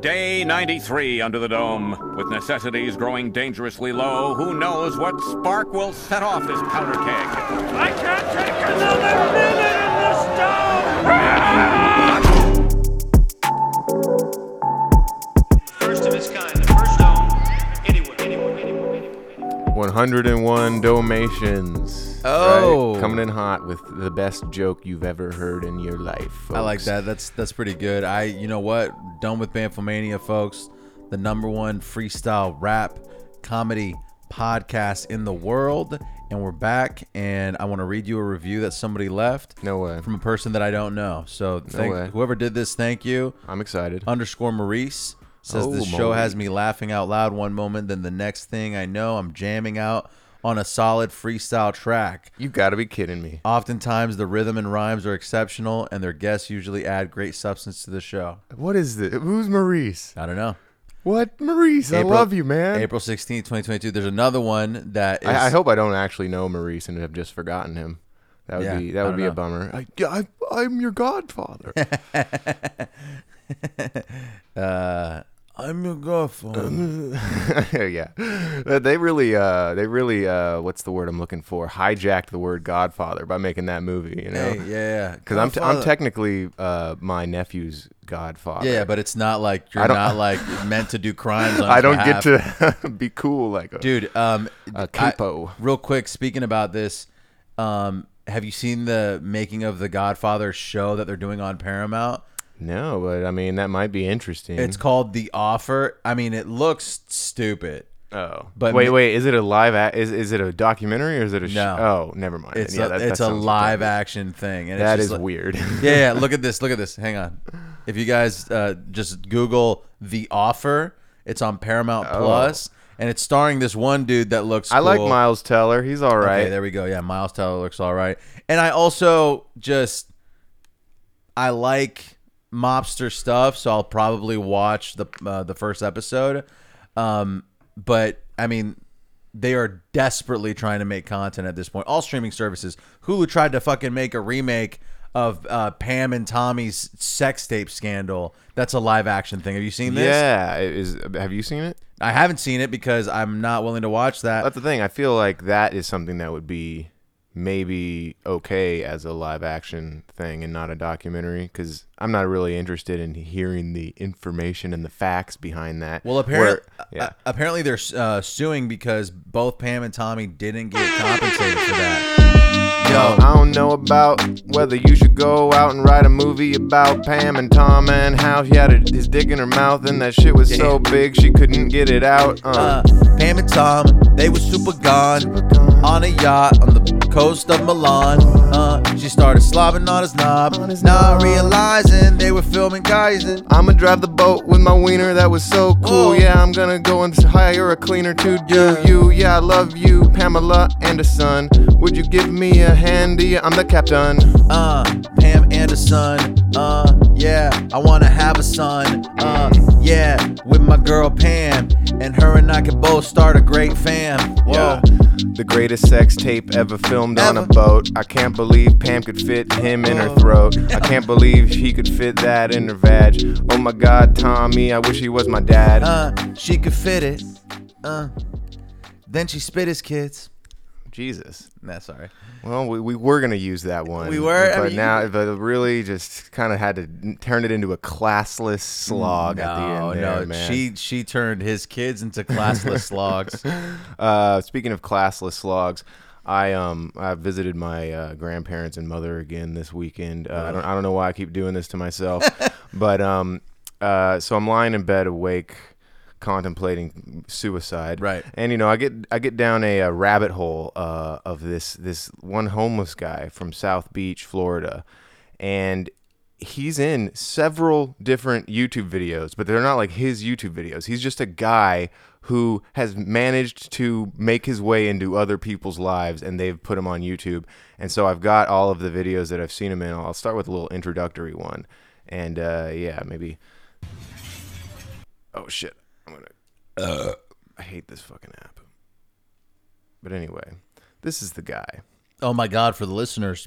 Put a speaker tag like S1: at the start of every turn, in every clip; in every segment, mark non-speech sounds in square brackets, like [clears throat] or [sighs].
S1: Day 93 under the dome. With necessities growing dangerously low, who knows what spark will set off this powder keg?
S2: I can't take another minute in this dome!
S3: First of its kind, the first dome anywhere, anywhere, anywhere, anywhere, anywhere.
S4: 101 Dalmatians.
S5: Oh.
S4: Right? Coming in hot with the best joke you've ever heard in your life. Folks.
S5: I like that. That's that's pretty good. I you know what? Done with Banfomania, folks. The number one freestyle rap comedy podcast in the world, and we're back. And I want to read you a review that somebody left.
S4: No way.
S5: From a person that I don't know. So thank
S4: way.
S5: whoever did this, thank you.
S4: I'm excited.
S5: Underscore Maurice says
S4: Oh,
S5: this show
S4: Maurice.
S5: has me laughing out loud one moment, then the next thing I know, I'm jamming out on a solid freestyle track.
S4: You gotta be kidding me.
S5: Oftentimes, the rhythm and rhymes are exceptional, and their guests usually add great substance to the show.
S4: What is this? Who's Maurice?
S5: I don't know.
S4: What Maurice? I love you, man.
S5: April 16th, 2022. There's another one that is.
S4: I, I hope I don't actually know Maurice and have just forgotten him. That would
S5: Yeah,
S4: be
S5: I
S4: that would
S5: don't
S4: be
S5: know.
S4: a bummer. I, yeah, I, I'm your
S5: [laughs]
S4: godfather. [laughs]
S5: I'm your
S4: Mm.
S5: girlfriend.
S4: yeah, But they really, uh, they really, uh, what's the word I'm looking for? Hijacked the word Godfather by making that movie. You know,
S5: Hey, yeah.
S4: Because I'm, t- I'm
S5: Godfather.
S4: technically uh, my nephew's godfather. [laughs]
S5: Yeah, but it's not like you're
S4: don't- [laughs]
S5: not like meant to do crimes. On
S4: I
S5: his
S4: don't
S5: behalf.
S4: get to [laughs] be cool like a
S5: Dude, um,
S4: A
S5: I-
S4: capo.
S5: real quick, speaking about this, um, have you seen the making of the Godfather show that they're doing on Paramount?
S4: No, but I mean that might be interesting.
S5: It's called The Offer. I mean, it looks stupid.
S4: oh,
S5: but
S4: but wait,
S5: ma-
S4: wait, is it a live? A- is is it a documentary or is it a?
S5: No.
S4: oh, never mind.
S5: It's
S4: Yeah,
S5: a,
S4: that- that
S5: it's a
S4: sounds
S5: live
S4: retarded.
S5: action thing. And
S4: That
S5: it's
S4: is
S5: just like-
S4: weird.
S5: [laughs]
S4: [laughs]
S5: yeah, yeah, look at this. Look at this. Hang on. If you guys uh, just Google The Offer, it's on Paramount Plus, and it's starring this one dude that looks.
S4: Oh. I like
S5: cool.
S4: Miles Teller. He's all right.
S5: Okay, there we go. Yeah, Miles Teller looks all right. And I also just I like mobster stuff, so I'll probably watch the uh, the first episode. Um, but I mean, they are desperately trying to make content at this point. All streaming services. Hulu tried to fucking make a remake of uh, Pam and Tommy's sex tape scandal. That's a live action thing. Have you seen this?
S4: yeah, it is have you seen it?
S5: I haven't seen it because I'm not willing to watch that.
S4: That's the thing. I feel like that is something that would be maybe okay as a live action thing and not a documentary because I'm not really interested in hearing the information and the facts behind that.
S5: Well,
S4: Where-
S5: apparently,
S4: yeah.
S5: apparently they're uh, suing because both Pam and Tommy didn't get compensated for that. uh, Yo,
S4: I don't know about whether you should go out and write a movie about Pam and Tom and how she had a, his dick in her mouth and that shit was so big she couldn't get it out.
S5: uh,
S4: Uh,
S5: Pam and Tom, they were super gone on a yacht on the coast of Milan. Uh, she started slobbing on his knob, not realizing they were filming guys. And
S4: I'ma drive the boat with my wiener, that was so cool.
S5: Oh.
S4: Yeah, I'm gonna go and hire a cleaner to do
S5: Yeah.
S4: you. Yeah, I love you, Pamela Anderson. Would you give me a handy? I'm the captain.
S5: uh, Pam Anderson, uh, yeah, I wanna have a son, uh, yeah, with my girl Pam, and her and I could both start a great fam. Whoa.
S4: Yeah. The greatest sex tape ever filmed on a
S5: Ever.
S4: boat. I can't believe Pam could fit him in her throat. I
S5: [laughs]
S4: can't believe she could fit that in her vag. Oh my god, Tommy, I wish he was my dad.
S5: Uh, she could fit it. Uh, then she spit his kids.
S4: Jesus.
S5: Nah, sorry.
S4: Well, we, we were gonna use that one.
S5: We were? I
S4: but
S5: mean,
S4: now, but really, just kind of had to n- turn it into a classless slog at the end. there, man.
S5: she she turned his
S4: [laughs]
S5: kids into classless slogs.
S4: Uh, speaking of classless slogs, I um I visited my uh, grandparents and mother again this weekend. Uh, I don't I don't know why I keep doing this to
S5: [laughs]
S4: myself, but um uh so I'm lying in bed awake, contemplating suicide.
S5: Right.
S4: And you know I get I get down a, uh rabbit hole uh, of this this one homeless guy from South Beach, Florida, and he's in several different YouTube videos, but they're not like his YouTube videos. He's just a guy who has managed to make his way into other people's lives and they've put him on YouTube. And so I've got all of the videos that I've seen him in. I'll start with a little introductory one. And uh, yeah, maybe. Oh shit. I'm going to. I hate this fucking app. But anyway, this is the guy.
S5: oh my god! For the listeners,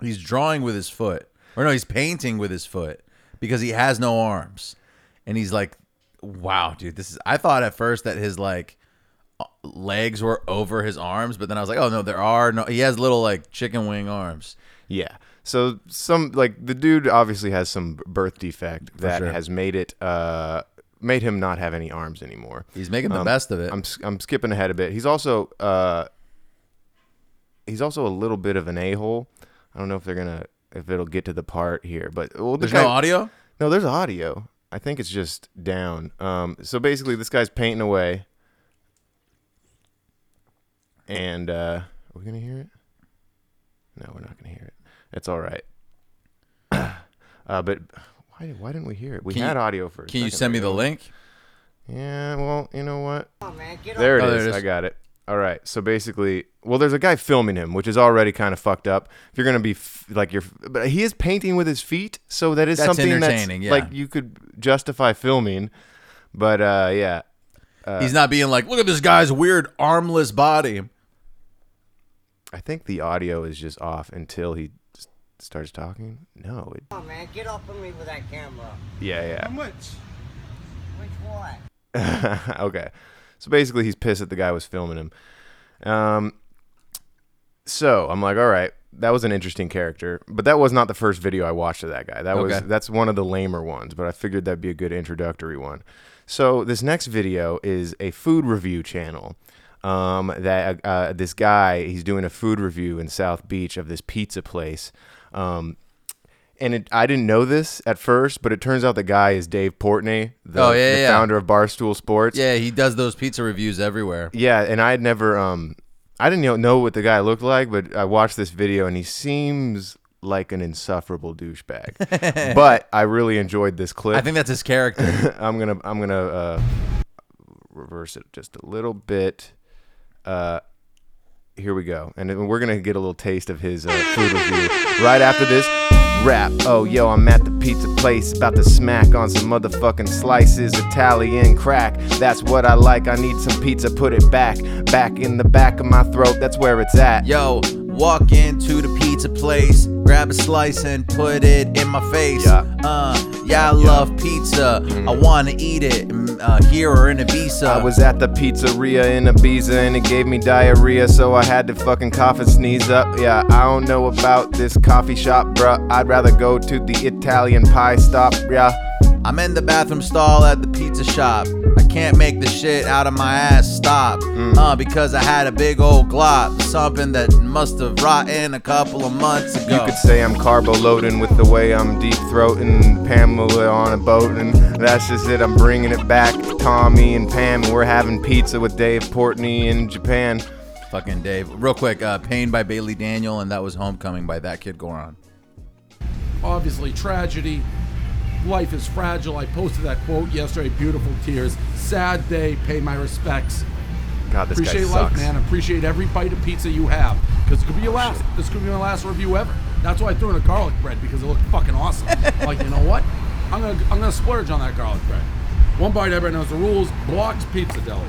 S5: he's drawing with his foot, or no, he's painting with his foot because he has no arms, and he's like, "Wow, dude, this is." I thought at first that his like uh, legs were over his arms, but then I was like, "Oh no, there are no." He has little like chicken wing arms.
S4: Yeah. So some like the dude obviously has some birth defect that
S5: sure.
S4: has made it uh made him not have any arms anymore.
S5: He's making the
S4: Um,
S5: best of it.
S4: I'm s- I'm skipping ahead a bit. He's also uh he's also a little bit of an a-hole. I don't know if they're going to if it'll get to the part here, but well, the
S5: There's no
S4: guy-
S5: audio.
S4: No, there's audio. I think it's just down. Um, so basically, this guy's painting away, and uh, are we gonna hear it? No, we're not gonna hear it. It's all right. [coughs] uh, but why why didn't we hear it? We
S5: Can you-
S4: had audio first.
S5: Can you send me the link?
S4: Yeah. Well, you know what?
S6: man. Get
S4: There it
S5: Oh,
S4: is.
S5: there it is.
S4: I got it. All right. So basically, well, there's a guy filming him, which is already kind of fucked up. If you're gonna be f- like you're, but he is painting with his feet, so that is
S5: That's
S4: something
S5: entertaining,
S4: that's
S5: yeah.
S4: like you could justify filming. But uh, yeah,
S5: He's not being like, "Look at this guy's weird armless body."
S4: I think the audio is just off until he s- starts talking. No, it,
S6: on, Oh, man. Get off of me with that camera.
S4: yeah, yeah.
S6: Which one?
S4: [laughs] okay. So basically, he's pissed that the guy was filming him. Um, so I'm like, all right, that was an interesting character, but that was not the first video I watched of that guy. That was
S5: Okay.
S4: that's one of the lamer ones, but I figured that'd be a good introductory one. So this next video is a food review channel. Um, that uh, this guy he's doing a food review in South Beach of this pizza place. Um, and it, I didn't know this at first, but it turns out the guy is Dave Portney, the,
S5: Oh, yeah,
S4: the
S5: yeah.
S4: founder of Barstool Sports.
S5: Yeah, he does those pizza reviews everywhere.
S4: Yeah, and I had never um I didn't know- know what the guy looked like, but I watched this video and he seems like an insufferable douchebag. but I really enjoyed this clip.
S5: I think that's his character.
S4: I'm gonna I'm gonna uh, reverse it just a little bit. Uh, here we go, and then we're gonna get a little taste of his uh, food review right after this rap. Oh yo, I'm at the pizza place, about to smack on some motherfucking slices, Italian crack. That's what I like. I need some pizza, put it back, back in the back of my throat. That's where it's at.
S5: [laughs] Yo, walk into the pizza place, grab a slice and put it in my face.
S4: Yeah.
S5: Uh, yeah, I love pizza. I wanna eat it mm, uh, here or in Ibiza.
S4: I was at the pizzeria in Ibiza and it gave me diarrhea, so I had to fucking cough and sneeze up. Yeah, I don't know about this coffee shop, bruh. I'd rather go to the Italian pie stop, yeah.
S5: I'm in the bathroom stall at the pizza shop. I can't make the shit out of my ass stop. Uh, because I had a big old glop, something that must have rotten a couple of months ago.
S4: You could say I'm carbo loading with the way I'm deep throating Pamela on a boat, and that's just it. I'm bringing it back, Tommy and Pam, and we're having pizza with Dave Portney in Japan.
S5: Fucking Dave. Real quick, uh, Pain by Bailey Daniel, and that was Homecoming by That Kid Goron.
S7: obviously tragedy. Life is fragile. I posted that quote yesterday. Beautiful tears. Sad day. Pay my respects.
S4: God, this
S7: Appreciate
S4: guy
S7: life,
S4: sucks.
S7: man. Appreciate every bite of pizza you have because it could be your last. This could be my last review ever. That's why I threw in a garlic bread because it looked fucking awesome. like you know what? I'm gonna I'm gonna splurge on that garlic bread. One bite, everyone knows the rules. Blocks Pizza Deli.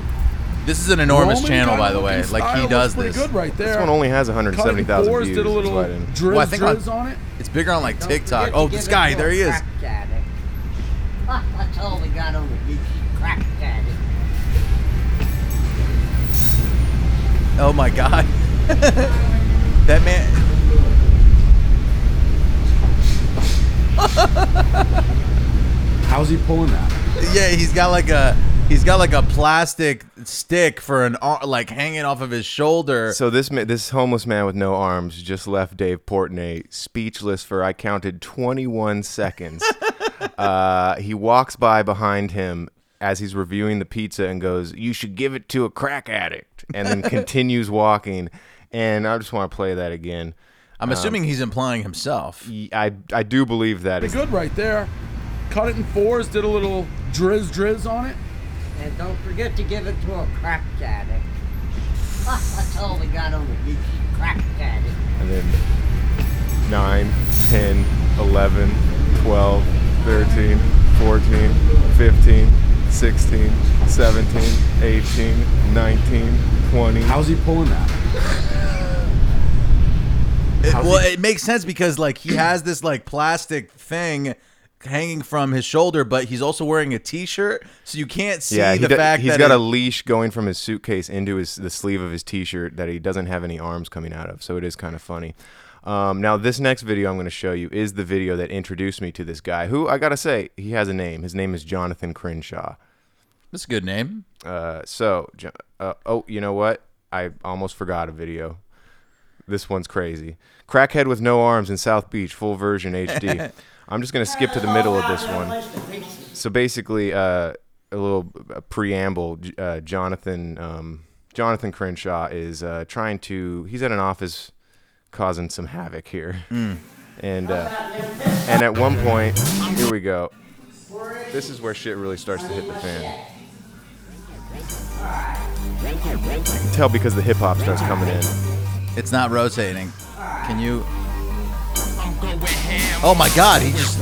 S5: This is an enormous
S7: Roman
S5: channel, by the
S7: garlic
S5: way.
S7: looking
S5: Like, he
S7: style
S5: does
S7: looks
S5: this.
S7: Pretty good, right there.
S4: This one only has
S7: Cutting
S4: 170,000
S7: boards,
S4: views.
S7: Did a
S4: that's
S7: little
S4: why I didn't-
S7: drizz,
S5: Well, I think I-
S7: drizz on it.
S5: It's bigger on, like,
S6: Don't
S5: TikTok.
S6: forget to
S5: Oh,
S6: give
S5: this
S6: it
S5: guy.
S6: to a
S5: There he is.
S6: Crack addict. [laughs] I told the guy on the beach, you crack addict.
S5: Oh, my God. [laughs] that man.
S7: How's he pulling that?
S5: Yeah, he's got like a. He's got like a plastic stick for an ar- like hanging off of his shoulder.
S4: So this ma- this homeless man with no arms just left Dave Portnoy speechless for I counted 21 seconds. uh, he walks by behind him as he's reviewing the pizza and goes, "You should give it to a crack addict," and then continues walking. And I just want to play that again.
S5: I'm assuming he's implying himself.
S4: Y- I I do believe that. is-
S7: Pretty good right there. Cut it in fours. Did a little drizz, drizz on it.
S6: And don't forget to give it to a crack addict. [laughs] I told the guy on the beach, you crack addict.
S4: and then 9, 10, 11, 12, 13, 14, 15, 16, 17, 18, 19, 20.
S7: How's he pulling that?
S5: It- well, it makes sense because like he has this like plastic thing hanging from his shoulder, but he's also wearing a T-shirt, so you can't see
S4: yeah, he
S5: the
S4: do-
S5: fact
S4: he's
S5: that
S4: got
S5: it-
S4: a leash going from his suitcase into his the sleeve of his T-shirt that he doesn't have any arms coming out of. So it is kind of funny. Um, now, this next video I'm going to show you is the video that introduced me to this guy, who I gotta say he has a name. His name is Jonathan Crenshaw.
S5: That's a good name.
S4: Uh, so, Jo- uh, oh, you know what? I almost forgot a video. This one's crazy. Crackhead with no arms in South Beach, full version HD. I'm just gonna skip to the middle of this one so basically, uh, a little uh preamble. J- Uh, Jonathan um, Jonathan Crenshaw is uh, trying to. He's at an office, causing some havoc here, and uh, and at one point, here we go. This is where shit really starts to hit the fan. I can tell because the hip hop starts coming in.
S5: It's not rotating. Can you? Oh my God! He just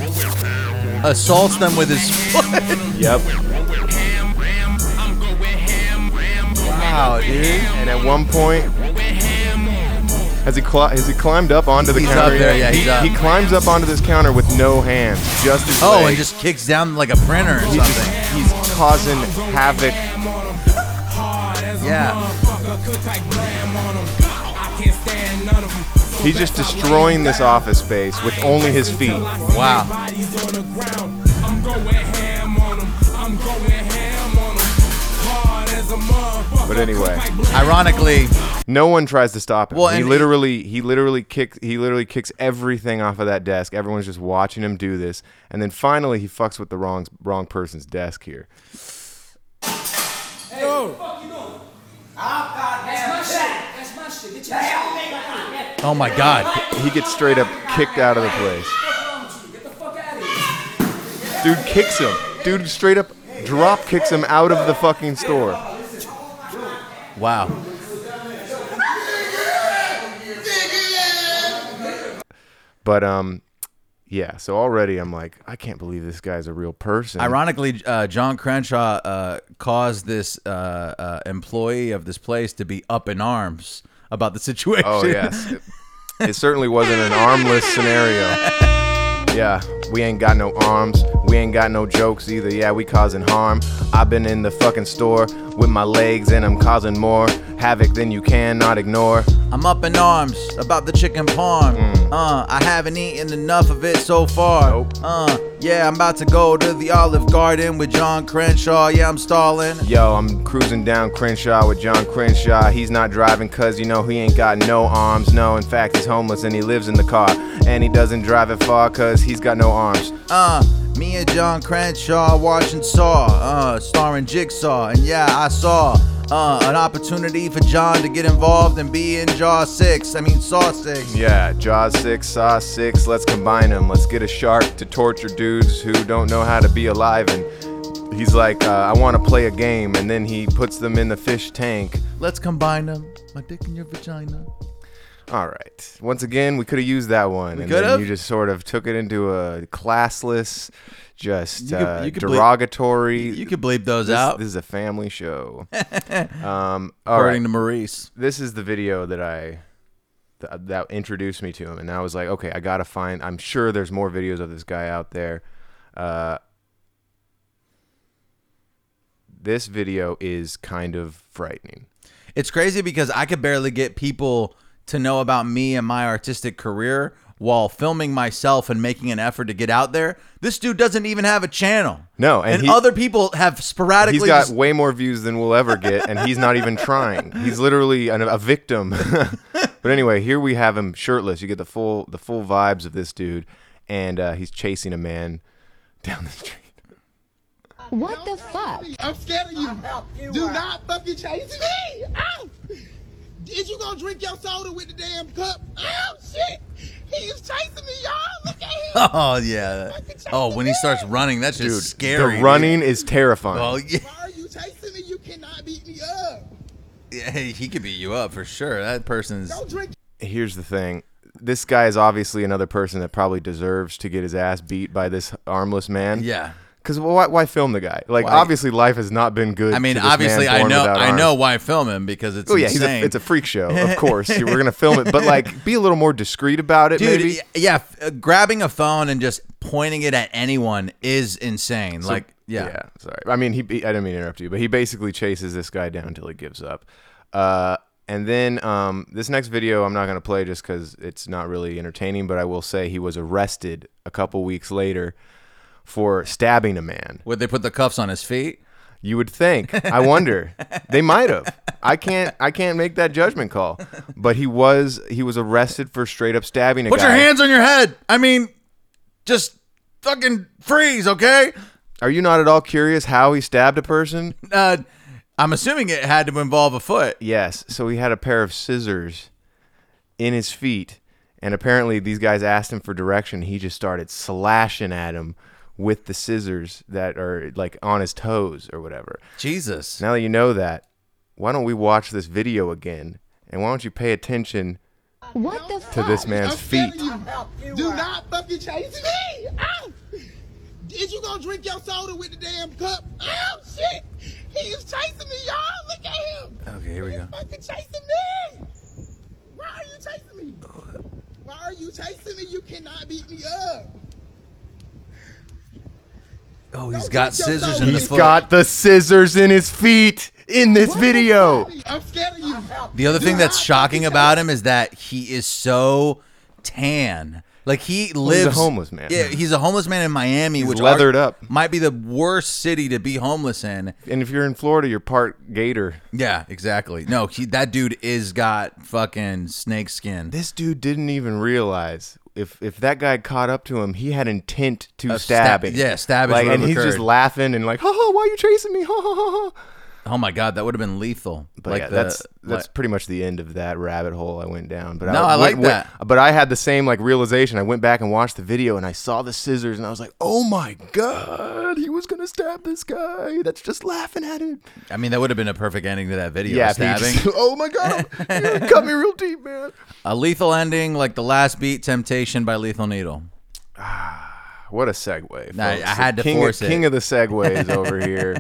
S5: assaults them with his [laughs] foot.
S4: Yep.
S5: Wow, dude.
S4: And at one point, has he cli- has he climbed up onto the
S5: He's
S4: counter?
S5: up there,
S4: yet?
S5: yeah, he's
S4: he,
S5: up.
S4: he climbs up onto this counter with no hands, just his
S5: Oh, and
S4: legs.
S5: just kicks down like a printer or
S4: he's just-
S5: something.
S4: he's causing havoc.
S5: Yeah.
S4: He's just destroying this office space with only his feet.
S5: Wow.
S4: But anyway,
S5: Ironically,
S4: no one tries to stop him.
S5: Well,
S4: he
S5: and-
S4: literally he literally kicks he literally kicks everything off of that desk. Everyone's just watching him do this, and then finally he fucks with the wrong wrong person's desk here.
S5: oh my God.
S4: He gets straight up kicked out of the place. Dude kicks him. Dude straight up drop kicks him out of the fucking store.
S5: Wow.
S4: But um yeah, so already I'm like, I can't believe this guy's a real person.
S5: Ironically, uh, John Crenshaw uh, caused this uh, uh, employee of this place to be up in arms about the [laughs] situation.
S4: Oh yes. It, it certainly wasn't an armless scenario. Yeah, we ain't got no arms. We ain't got no jokes either. Yeah, we causing harm. I've been in the fucking store with my legs and I'm causing more havoc than you cannot ignore.
S5: I'm up in arms about the chicken parm. Uh, I haven't eaten enough of it so far.
S4: Hmm. Nope.
S5: Uh, yeah, I'm about to go to the Olive Garden with John Crenshaw. Yeah, I'm stalling.
S4: Yo, I'm cruising down Crenshaw with John Crenshaw. He's not driving cuz you know he ain't got no arms. No, in fact, he's homeless and he lives in the car. And he doesn't drive it far cuz he's got no arms.
S5: Uh, me and John Crenshaw watching Saw, uh, starring Jigsaw, and yeah, I saw uh, an opportunity for John to get involved and be in Jaw 6. I mean, Saw 6.
S4: Yeah, Jaws 6, Saw 6, let's combine them. Let's get a shark to torture dudes who don't know how to be alive. And he's like, uh, I want to play a game. And then he puts them in the fish tank.
S5: Let's combine them. My dick and your vagina.
S4: All right. Once again, we could have used that one. and
S5: could've?
S4: then you just sort of took it into a classless, just
S5: You could-
S4: uh,
S5: you could ble-
S4: derogatory.
S5: You can bleep those
S4: this,
S5: out,
S4: this is a family show. um, all right.
S5: according to Maurice.
S4: this is the video that I th- that introduced me to him, and I was like, okay, I gotta find. I'm sure there's more videos of this guy out there. Uh, this video is kind of frightening.
S5: It's crazy because I could barely get people to know about me and my artistic career while filming myself and making an effort to get out there. This dude doesn't even have a channel.
S4: No, and he-
S5: other people have sporadically.
S4: He's got
S5: just- [laughs]
S4: way more views than we'll ever get, and he's not even trying. He's literally an, a victim. [laughs] but anyway, here we have him shirtless. You get the full the full vibes of this dude, and uh, he's chasing a man down the street.
S8: What the fuck?
S9: I'm scared of you.
S6: you
S9: Do
S6: out.
S9: not fucking chase me. Ow! Is you gonna drink your soda with the damn cup? Oh shit! He is chasing me, y'all. Look at him.
S5: Oh yeah. Oh, when he starts running, that's just
S4: Dude,
S5: scary.
S4: the
S5: dude.
S4: running is terrifying.
S5: Oh yeah. [laughs]
S9: Why are you chasing me? You cannot beat me up.
S5: Yeah, Hey, he could beat you up for sure. That person's.
S9: Don't drink.
S4: here's the thing this guy is obviously another person that probably deserves to get his ass beat by this armless man
S5: Yeah.
S4: Because why, why film the guy? Like,
S5: Why-
S4: obviously, life has not been good.
S5: I mean,
S4: to this man
S5: obviously, I
S4: born
S5: know,
S4: without
S5: I
S4: arms.
S5: know why film him because it's
S4: Oh yeah, he's
S5: insane.
S4: a, it's a freak show.
S5: [laughs]
S4: Of course, You- we're gonna film it, but like, be a little more discreet about it,
S5: Dude,
S4: maybe.
S5: y- yeah, f- uh, grabbing a phone and just pointing it at anyone is insane. like, yeah.
S4: sorry. I mean, he. he- I didn't mean to interrupt you, but he basically chases this guy down until he gives up. Uh, and then um, this next video, I'm not gonna play just because it's not really entertaining, but I will say he was arrested a couple weeks later for stabbing a man.
S5: Would they put the cuffs on his feet?
S4: You would think. I wonder. they might have. I can't. I can't make that judgment call. But he was. He was arrested for straight up stabbing a
S5: Put
S4: guy.
S5: your hands on your head. I mean, just fucking freeze, okay?
S4: Are you not at all curious how he stabbed a person?
S5: Uh, I'm assuming it had to involve a foot.
S4: Yes. So he had a pair of scissors in his feet, and apparently these guys asked him for direction. He just started slashing at him with the scissors that are like on his toes or whatever.
S5: Jesus.
S4: Now that you know that, why don't we watch this video again? And why don't you pay attention
S8: What the fuck?
S4: to this man's
S9: I'm telling
S4: feet?
S9: you, do not fucking chase me out. Is you gonna drink your soda with the damn cup? Oh shit! He is chasing me, y'all. Look at him.
S5: Okay, here we go.
S9: fucking chasing me. Why are you chasing me? Why are you chasing me? You cannot beat me up.
S5: Oh, he's
S9: Don't
S5: got
S9: take your
S5: scissors
S9: phone.
S5: in the
S4: He's
S5: foot.
S4: got the scissors in his feet in this video.
S9: I'm scared of you.
S5: the other
S9: Do
S5: thing that's
S9: not
S5: shocking
S9: fucking
S5: about
S9: chase-
S5: him is that he is so tan. Like he lives.
S4: he's a homeless man.
S5: Yeah, he's a homeless man in Miami,
S4: He's
S5: which
S4: leathered up.
S5: Might be the worst city to be homeless in.
S4: And if you're in Florida, you're part gator.
S5: Yeah, exactly. No, he, that dude is got fucking snake skin.
S4: This dude didn't even realize if if that guy caught up to him, he had intent to
S5: Uh,
S4: stab
S5: stab-
S4: him.
S5: yeah, stab is
S4: Like,
S5: what
S4: and he's just
S5: occurred.
S4: laughing and like, ha ha, why are you chasing me? Ha ha ha ha.
S5: Oh my god, that would have been lethal.
S4: But
S5: like
S4: yeah,
S5: the-
S4: that's that's
S5: like-
S4: pretty much the end of that rabbit hole I went down. But
S5: No, I
S4: went-
S5: like
S4: went-
S5: that.
S4: But I had the same like realization. I went back and watched the video, and I saw the scissors, and I was like, "Oh my god, he was gonna stab this guy that's just laughing at him."
S5: I mean, that would have been a perfect ending to that video.
S4: Yeah, if he
S5: stabbing.
S4: just- [laughs] oh my god,
S5: [laughs]
S4: it cut me real deep, man.
S5: a lethal ending, like the last beat, "Temptation" by Lethal Needle.
S4: What a segue!
S5: Nah,
S4: folks.
S5: I had
S4: The
S5: to
S4: king
S5: force
S4: of,
S5: it.
S4: King of the
S5: [laughs]
S4: segues over here,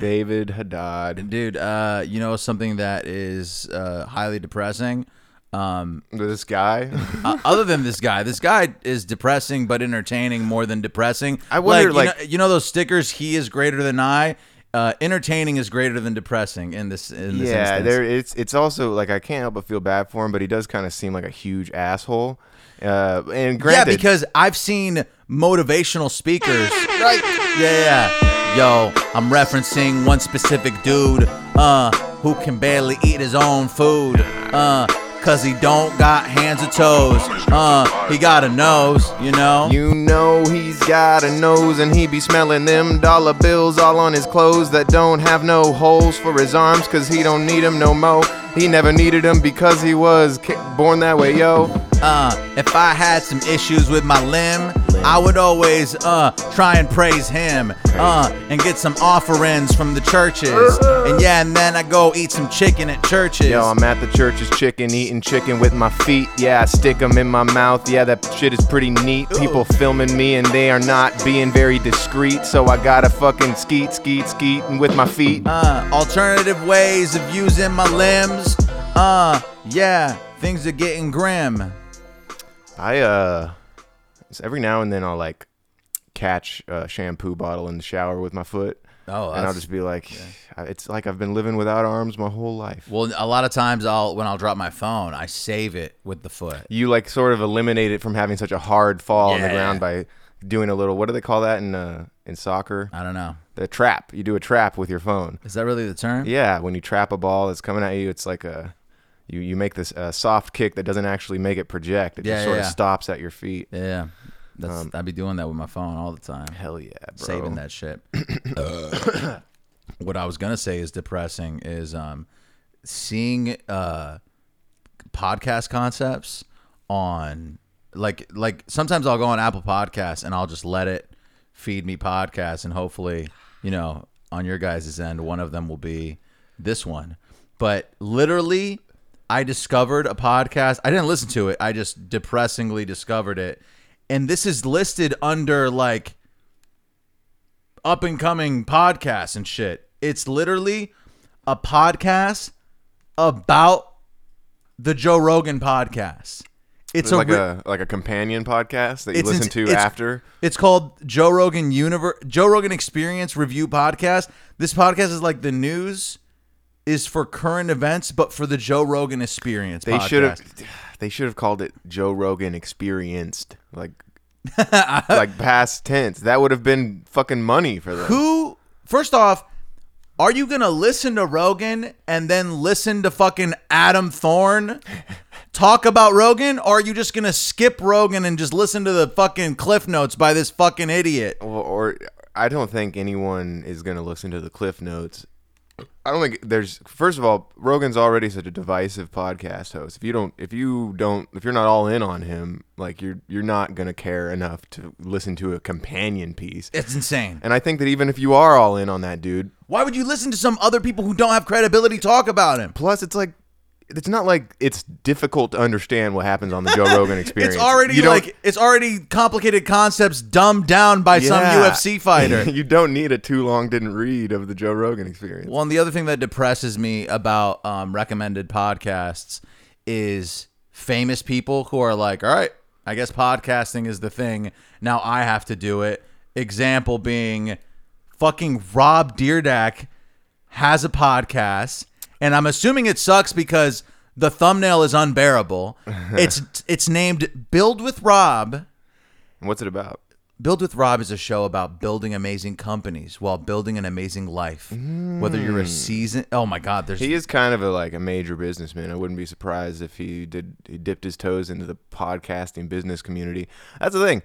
S4: David Haddad.
S5: Dude, uh, you know something that is uh, highly depressing. Um,
S4: This
S5: [laughs]
S4: guy. [laughs]
S5: uh, other than this guy, this guy is depressing but entertaining more than depressing.
S4: I wonder,
S5: you,
S4: like-
S5: know, you know those stickers. He is greater than I. Uh, entertaining is greater than depressing in this. In this
S4: yeah,
S5: instance.
S4: there. It's it's also like I can't help but feel bad for him, but he does kind of seem like a huge asshole. Uh, and granted,
S5: Yeah, because I've seen motivational speakers. Like, yeah, yeah. Yo, I'm referencing one specific dude, uh, who can barely eat his own food, uh, cause he don't got hands or toes, uh, he got a nose, you know.
S4: You know he's got a nose and he be smelling them dollar bills all on his clothes that don't have no holes for his arms cause he don't need 'em no mo. He never needed 'em because he was ki- born that way, yo.
S5: Uh, if I had some issues with my limb, I would always uh try and praise him, uh, and get some offerings from the churches, and yeah, and then I go eat some chicken at churches.
S4: Uh-huh. Yo, I'm at the church's chicken, eating chicken with my feet. Yeah, I stick 'em in my mouth. Yeah, that shit is pretty neat. People filming me and they are not being very discreet. So I gotta fucking skeet, skeet, skeet and with my feet.
S5: Uh, alternative ways of using my limbs. Uh, yeah, things are getting grim.
S4: I uh so every now and then I'll like catch a shampoo bottle in the shower with my foot.
S5: Oh,
S4: and I'll
S5: that's-
S4: just be like, I- it's like I've been living without arms my whole life.
S5: Well, a lot of times I'll when I'll drop my phone, I save it with the foot.
S4: You like sort of eliminate it from having such a hard fall on the
S5: Yeah.
S4: ground by doing a little. What do they call that in uh, in soccer?
S5: I don't know.
S4: The trap. You do a trap with your phone.
S5: Is that really the term?
S4: Yeah, when you trap a ball that's coming at you, it's like a you you make this uh, soft kick that doesn't actually make it project. It
S5: Yeah,
S4: just
S5: yeah,
S4: sort of
S5: yeah.
S4: stops at your feet.
S5: Yeah. That's
S4: Um,
S5: I'd be doing that with my phone all the time.
S4: Hell yeah, bro.
S5: saving that shit. what I was gonna say is depressing is um seeing uh podcast concepts on like like sometimes I'll go on Apple Podcasts and I'll just let it feed me podcasts and hopefully, you know, on your guys' end one of them will be this one. But literally I discovered a podcast. I didn't listen to it. I just depressingly discovered it. And this is listed under like up and coming podcasts and shit. It's literally a podcast about the Joe Rogan podcast. It's
S4: like
S5: ri-
S4: a like a companion podcast that you
S5: it's
S4: listen
S5: ins-
S4: to
S5: it's-
S4: after.
S5: It's called Joe Rogan Universe Joe Rogan Experience Review Podcast. This podcast is like the news is for current events, but for the Joe Rogan Experience.
S4: They
S5: podcast.
S4: should have they should have called it Joe Rogan experienced
S5: [laughs]
S4: like like past tense. That would have been fucking money for them.
S5: Who? First off, are you gonna listen to Rogan and then listen to fucking Adam Thorne talk about Rogan, or are you just gonna skip Rogan and just listen to the fucking cliff notes by this fucking idiot?
S4: Or, or I don't think anyone is going to listen to the cliff notes. I don't think there's first of all Rogan's already such a divisive podcast host. If you don't if you don't if you're not all in on him, like you're you're not going to care enough to listen to a companion piece.
S5: It's insane.
S4: And I think that even if you are all in on that dude,
S5: Why would you listen to some other people who don't have credibility talk about him?
S4: Plus, it's like it's not like it's difficult to understand what happens on the Joe Rogan experience.
S5: [laughs] It's already
S4: You don't-
S5: like it's already complicated concepts dumbed down by some
S4: Yeah.
S5: UFC fighter.
S4: [laughs] you don't need a too long didn't read of the Joe Rogan experience.
S5: Well, and the other thing that depresses me about um, recommended podcasts is famous people who are like, all right, I guess podcasting is the thing. Now I have to do it. Example being fucking Rob Deerdack has a podcast, and I'm assuming it sucks because the thumbnail is unbearable. it's it's named Build with Rob.
S4: What's it about?
S5: Build with Rob is a show about building amazing companies while building an amazing life. Whether you're a seasoned, oh my God, there's
S4: Mm. He is kind of a, like a major businessman. I wouldn't be surprised if he did he dipped his toes into the podcasting business community. That's the thing.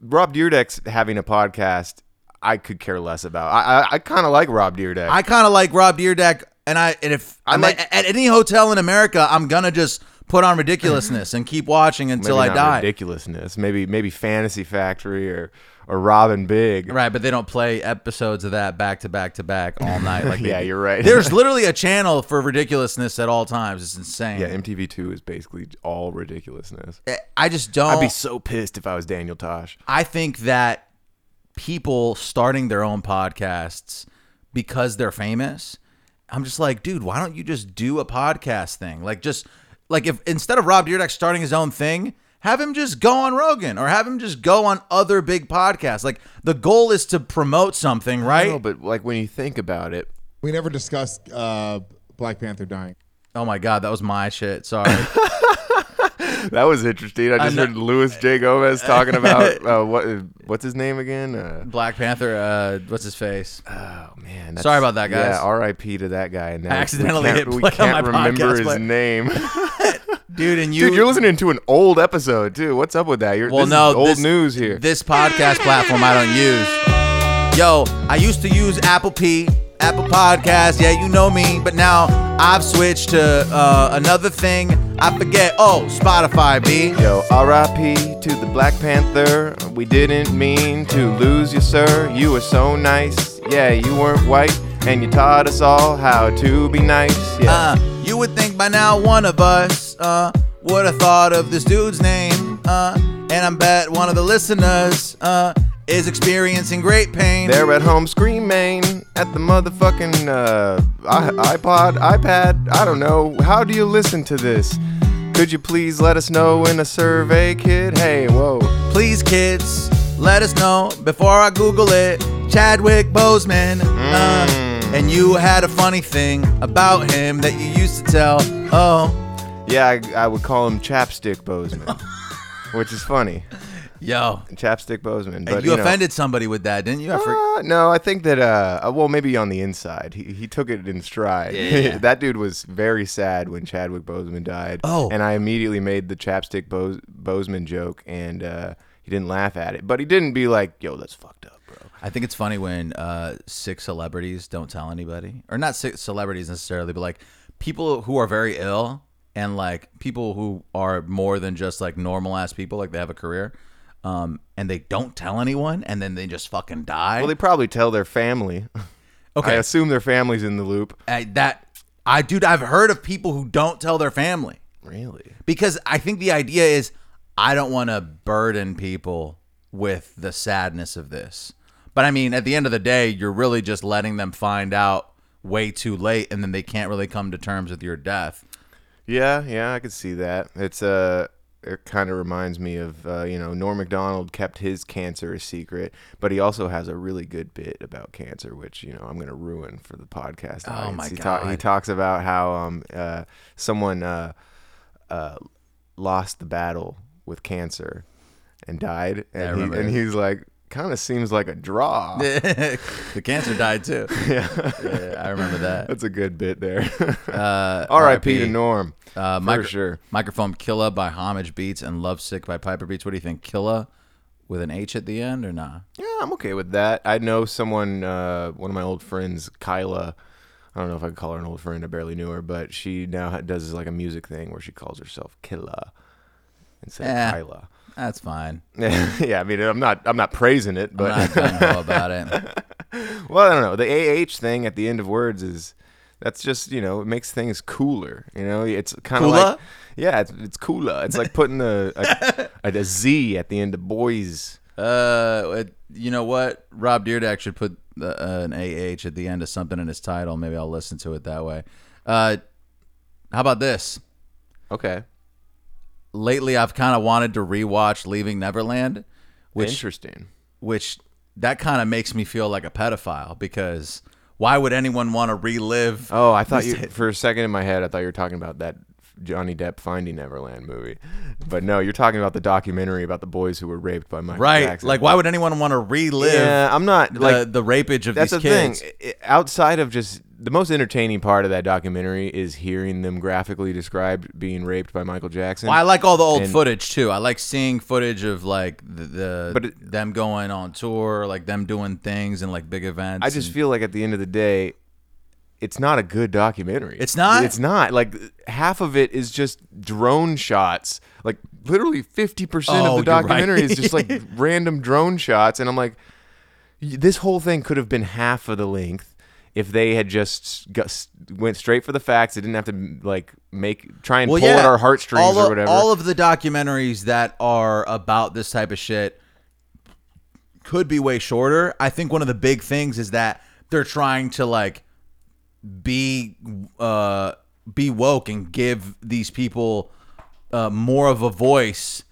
S4: Rob Deerdeck's having a podcast. I could care less about. I I, I kind of like Rob Deerdeck.
S5: I kind of like Rob Deerdeck, and I and if
S4: I
S5: I'm
S4: like-
S5: at, at any hotel in America, I'm gonna just put on ridiculousness and keep watching until
S4: Maybe not
S5: I die.
S4: Ridiculousness. Maybe maybe Fantasy Factory or or Robin Big.
S5: Right, but they don't play episodes of that back to back to back all
S4: [laughs]
S5: night. Like they
S4: Yeah,
S5: do.
S4: you're right.
S5: There's literally a channel for ridiculousness at all times. It's insane.
S4: Yeah, MTV2 is basically all ridiculousness.
S5: I just don't.
S4: I'd be so pissed if I was Daniel Tosh.
S5: I think that people starting their own podcasts because they're famous, I'm just like, dude, why don't you just do a podcast thing? Like, just like if instead of Rob Dyrdek starting his own thing, have him just go on Rogan or have him just go on other big podcasts. Like, the goal is to promote something, right?
S4: No, but like when you think about it,
S10: We never discussed uh, Black Panther dying.
S5: oh my God, that was my shit. Sorry. [laughs]
S4: that was interesting. I just
S5: know-
S4: heard Luis J Gomez talking
S5: [laughs]
S4: about uh, what what's his name again? Uh,
S5: Black Panther, uh, what's his face?
S4: oh man, that's-
S5: Sorry about that, guys.
S4: Yeah, R.I.P. to that guy. And now
S5: I accidentally
S4: we
S5: hit
S4: can't, we
S5: play on
S4: can't
S5: my
S4: remember
S5: podcast
S4: his
S5: player. [laughs]
S4: name,
S5: Dude, and you.
S4: dude. You're listening to an old episode, dude. What's up with that? You're
S5: Well,
S4: this is
S5: no,
S4: old
S5: this-
S4: news here.
S5: This podcast platform I don't use. Yo, I used to use Apple P, Apple Podcast. Yeah, you know me. But now I've switched to uh, another thing. I forget. Oh, Spotify, B.
S4: Yo, RIP to the Black Panther. We didn't mean to lose you, sir. You were so nice. Yeah, you weren't white, and you taught us all how to be nice. Yeah.
S5: Uh, you would think by now one of us uh, would have thought of this dude's name. Uh, and I bet one of the listeners uh, is experiencing great pain.
S4: They're at home screaming at the motherfucking uh, i- iPod, iPad. I don't know. How do you listen to this? Could you please let us know in a survey, kid? Hey, whoa.
S5: Please, kids, let us know before I Google it. Chadwick Boseman. uh, and you had a funny thing about him that you used to tell. Oh,
S4: Yeah, I, I would call him Chapstick
S5: [laughs]
S4: Bozeman, which is funny.
S5: yo.
S4: Chapstick Bozeman. But
S5: And you,
S4: know.
S5: offended somebody with that, didn't you? I for-
S4: Uh, no, I think that uh, uh, well, maybe on the inside, he, he took it in stride. [laughs] that dude was very sad when Chadwick Boseman died.
S5: Oh.
S4: and I immediately made the chapstick Bos- Boseman joke, and uh, he didn't laugh at it, but he didn't be like, "Yo, that's fucked up, bro."
S5: I think it's funny when uh, six celebrities don't tell anybody, or not six celebrities necessarily, but like people who are very ill and like people who are more than just like normal ass people, like they have a career, um, and they don't tell anyone, and then they just fucking die.
S4: Well, they probably tell their family. [laughs] I
S5: okay,
S4: assume their family's in the loop.
S5: I, that I dude, I've heard of people who don't tell their family
S4: Really?
S5: because I think the idea is I don't want to burden people with the sadness of this. But I mean, at the end of the day, you're really just letting them find out way too late, and then they can't really come to terms with your death. [laughs]
S4: Yeah, yeah, I could see that. It's uh it kind of reminds me of uh, you know Norm Macdonald kept his cancer a secret, but he also has a really good bit about cancer, which you know I'm going to ruin for the podcast.
S5: Oh, my
S4: he ta- he
S5: God.
S4: talks about how um uh, someone uh, uh, lost the battle with cancer and died,
S5: I
S4: and, he,
S5: remember.
S4: and he's like, kind of seems like a draw.
S5: the cancer died too.
S4: [laughs] Yeah.
S5: Yeah, I remember that.
S4: That's a good bit there. [laughs]
S5: Uh,
S4: R.I.P. to Norm.
S5: Uh,
S4: for
S5: micro-
S4: sure.
S5: Microphone Killa by Homage Beats and Love Sick by Piper Beats. What do you think? Killa with an H at the end or not?
S4: Yeah, I'm okay with that. I know someone, uh, one of my old friends, Kyla. I don't know if I could call her an old friend. I barely knew her, but she now ha- does like a music thing where she calls herself Killa instead
S5: Eh.
S4: of Kyla. [laughs]
S5: That's fine.
S4: yeah, I mean, I'm not, I'm not praising it,
S5: I'm not
S4: but
S5: gung-ho about it.
S4: [laughs] well, I don't know. The AH thing at the end of words is that's just you know it makes things cooler. You know, it's kind of
S5: Cooler?
S4: like yeah, it's, it's cooler. It's like putting a
S5: [laughs]
S4: a, a, a Z at the end of boys.
S5: Uh, it, you know what? Rob Deerdack should put the, uh, an AH at the end of something in his title. Maybe I'll listen to it that way. Uh, how about this?
S4: Okay,
S5: Lately, I've kind of wanted to rewatch Leaving Neverland, which
S4: interesting.
S5: which that kind of makes me feel like a pedophile because why would anyone want to relive?
S4: Oh, I thought you for a second in my head. I thought you were talking about that Johnny Depp Finding Neverland movie, but no, you're talking about the documentary about the boys who were raped by Michael
S5: right.
S4: Jackson.
S5: Like, why would anyone want to relive?
S4: Yeah, I'm not
S5: the,
S4: like
S5: the rapage of
S4: that's
S5: these
S4: the
S5: kids.
S4: thing. I- I- Outside of just the most entertaining part of that documentary is hearing them graphically described being raped by Michael Jackson.
S5: Well, I like all the old
S4: And-
S5: footage too. I like seeing footage of like the, the
S4: But it-
S5: them going on tour, like them doing things and like big events.
S4: I just
S5: and-
S4: feel like at the end of the day, it's not a good documentary.
S5: It's not?
S4: It's not. Like half of it is just drone shots. Like literally fifty percent
S5: Oh,
S4: of the
S5: you're right.
S4: documentary is just
S5: [laughs]
S4: like random drone shots, and I'm like, y- this whole thing could have been half of the length if they had just got, went straight for the facts. They didn't have to like make try and
S5: well,
S4: pull
S5: yeah,
S4: at our heartstrings
S5: all
S4: or
S5: of-
S4: whatever.
S5: All of the documentaries that are about this type of shit could be way shorter. I think one of the big things is that they're trying to like be uh be woke and give these people uh, more of a voice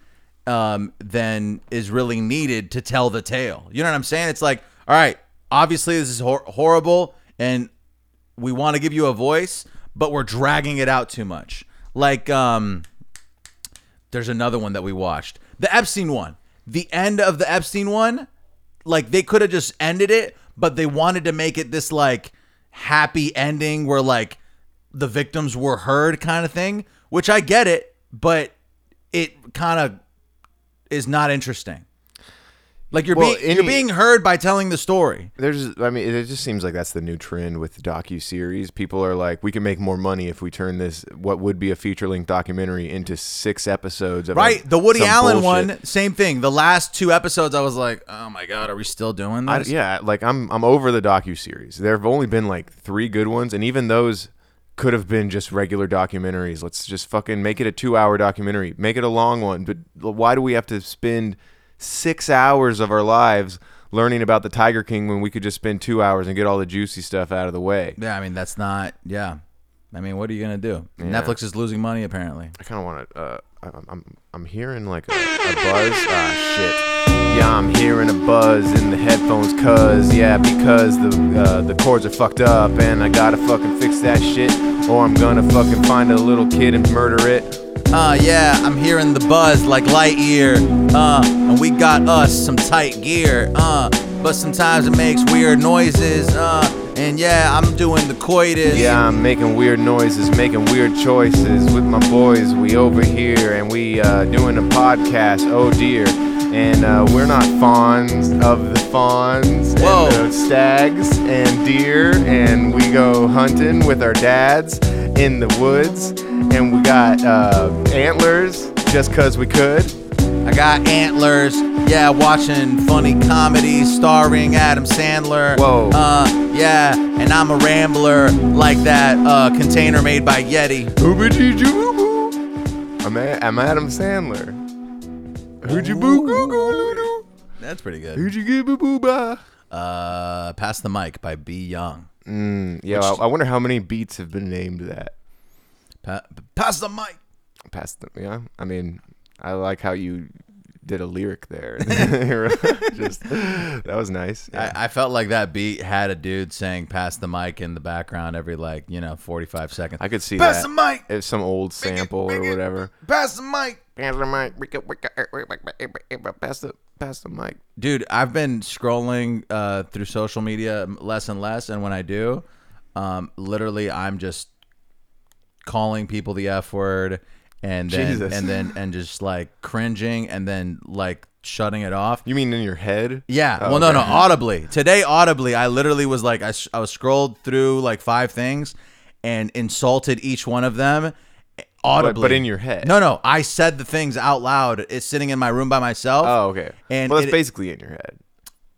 S5: um, than is really needed to tell the tale. You know what I'm saying? It's like, all right, obviously this is hor- horrible, and we want to give you a voice, but we're dragging it out too much. Like, um, there's another one that we watched, the Epstein one. The end of the Epstein one, like they could have just ended it, but they wanted to make it this like happy ending where like the victims were heard kind of thing, which I get it, but it kind of is not interesting. Like you're
S4: Well,
S5: being
S4: any-
S5: you're being heard by telling the story.
S4: There's, I mean, it just seems like that's the new trend with docu series. People are like, we can make more money if we turn this what would be a feature length documentary into six episodes. Of
S5: Right,
S4: a-
S5: the Woody
S4: some
S5: Allen
S4: bullshit.
S5: one, same thing. The last two episodes, I was like, "Oh my god, are we still doing
S4: I,
S5: this?"
S4: yeah, like I'm, I'm over the docu series. There have only been like three good ones, and even those could have been just regular documentaries. Let's just fucking make it a two hour documentary, make it a long one. But why do we have to spend six hours of our lives? Learning about the Tiger King when we could just spend two hours and get all the juicy stuff out of the way.
S5: Yeah, I mean that's not. Yeah, I mean what are you gonna do? Netflix is losing money apparently.
S4: I kind of want to. Uh, I- I'm, I'm I'm hearing like a, a buzz. Ah, shit. Yeah, I'm hearing a buzz in the headphones, cause yeah, because the uh, the cords are fucked up, and I gotta fucking fix that shit, or I'm gonna fucking find a little kid and murder it.
S5: Uh, yeah, I'm hearing the buzz like Lightyear. Uh, and we got us some tight gear. Uh, but sometimes it makes weird noises. Uh, and yeah, I'm doing the coitus.
S4: Yeah, I'm making weird noises, making weird choices with my boys. We over here and we uh, doing a podcast. Oh dear. And uh, we're not fawns of the fawns
S5: Whoa.
S4: and the stags and deer. And we go hunting with our dads in the woods. And we got uh, antlers just 'cause we could.
S5: I got antlers. Yeah, watching funny comedies starring Adam Sandler.
S4: Whoa.
S5: Uh, yeah, and I'm a rambler like that uh, container made by Yeti.
S4: I'm, a- I'm Adam Sandler. Hooja boo goo goo loo doo.
S5: That's pretty good.
S4: Hooja goo boo boo ba.
S5: uh, "Pass the Mic" by B. Young.
S4: Mm, yeah, I, I wonder how many beats have been named that.
S5: Pa- pass the mic.
S4: Pass the yeah. I mean, I like how you did a lyric [laughs] there. Just that was nice. Yeah.
S5: I, I felt like that beat had a dude saying "pass the mic" in the background every like you know forty five seconds.
S4: I could see
S5: pass
S4: that.
S5: the mic.
S4: It's some old sample or whatever.
S5: Pass the mic.
S4: Pass the mic. we could- we could- eh, we could- eh, eh, eh, Pass the pass the mic.
S5: Dude, I've been scrolling uh, through social media less and less, and when I do, um, literally, I'm just calling people the f word, and then
S4: Jesus.
S5: and then and just like cringing, and then like shutting it off.
S4: You mean in your head?
S5: Yeah.
S4: Oh,
S5: well, no,
S4: okay.
S5: no. Audibly today, audibly, I literally was like, I, s- I was scrolled through like five things, and insulted each one of them eh, audibly.
S4: but in your head.
S5: No, no. I said the things out loud. It's sitting in my room by myself.
S4: Oh, okay.
S5: And
S4: well, that's
S5: it-
S4: basically in your head.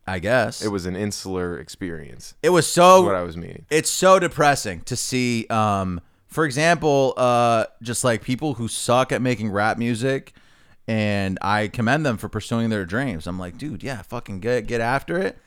S5: I guess
S4: It was an insular experience.
S5: It was so.
S4: what I was meaning.
S5: It's so depressing to see. Um, for example, uh, just like people who suck at making rap music, and I commend them for pursuing their dreams. I'm like, dude, yeah, fucking get get after it.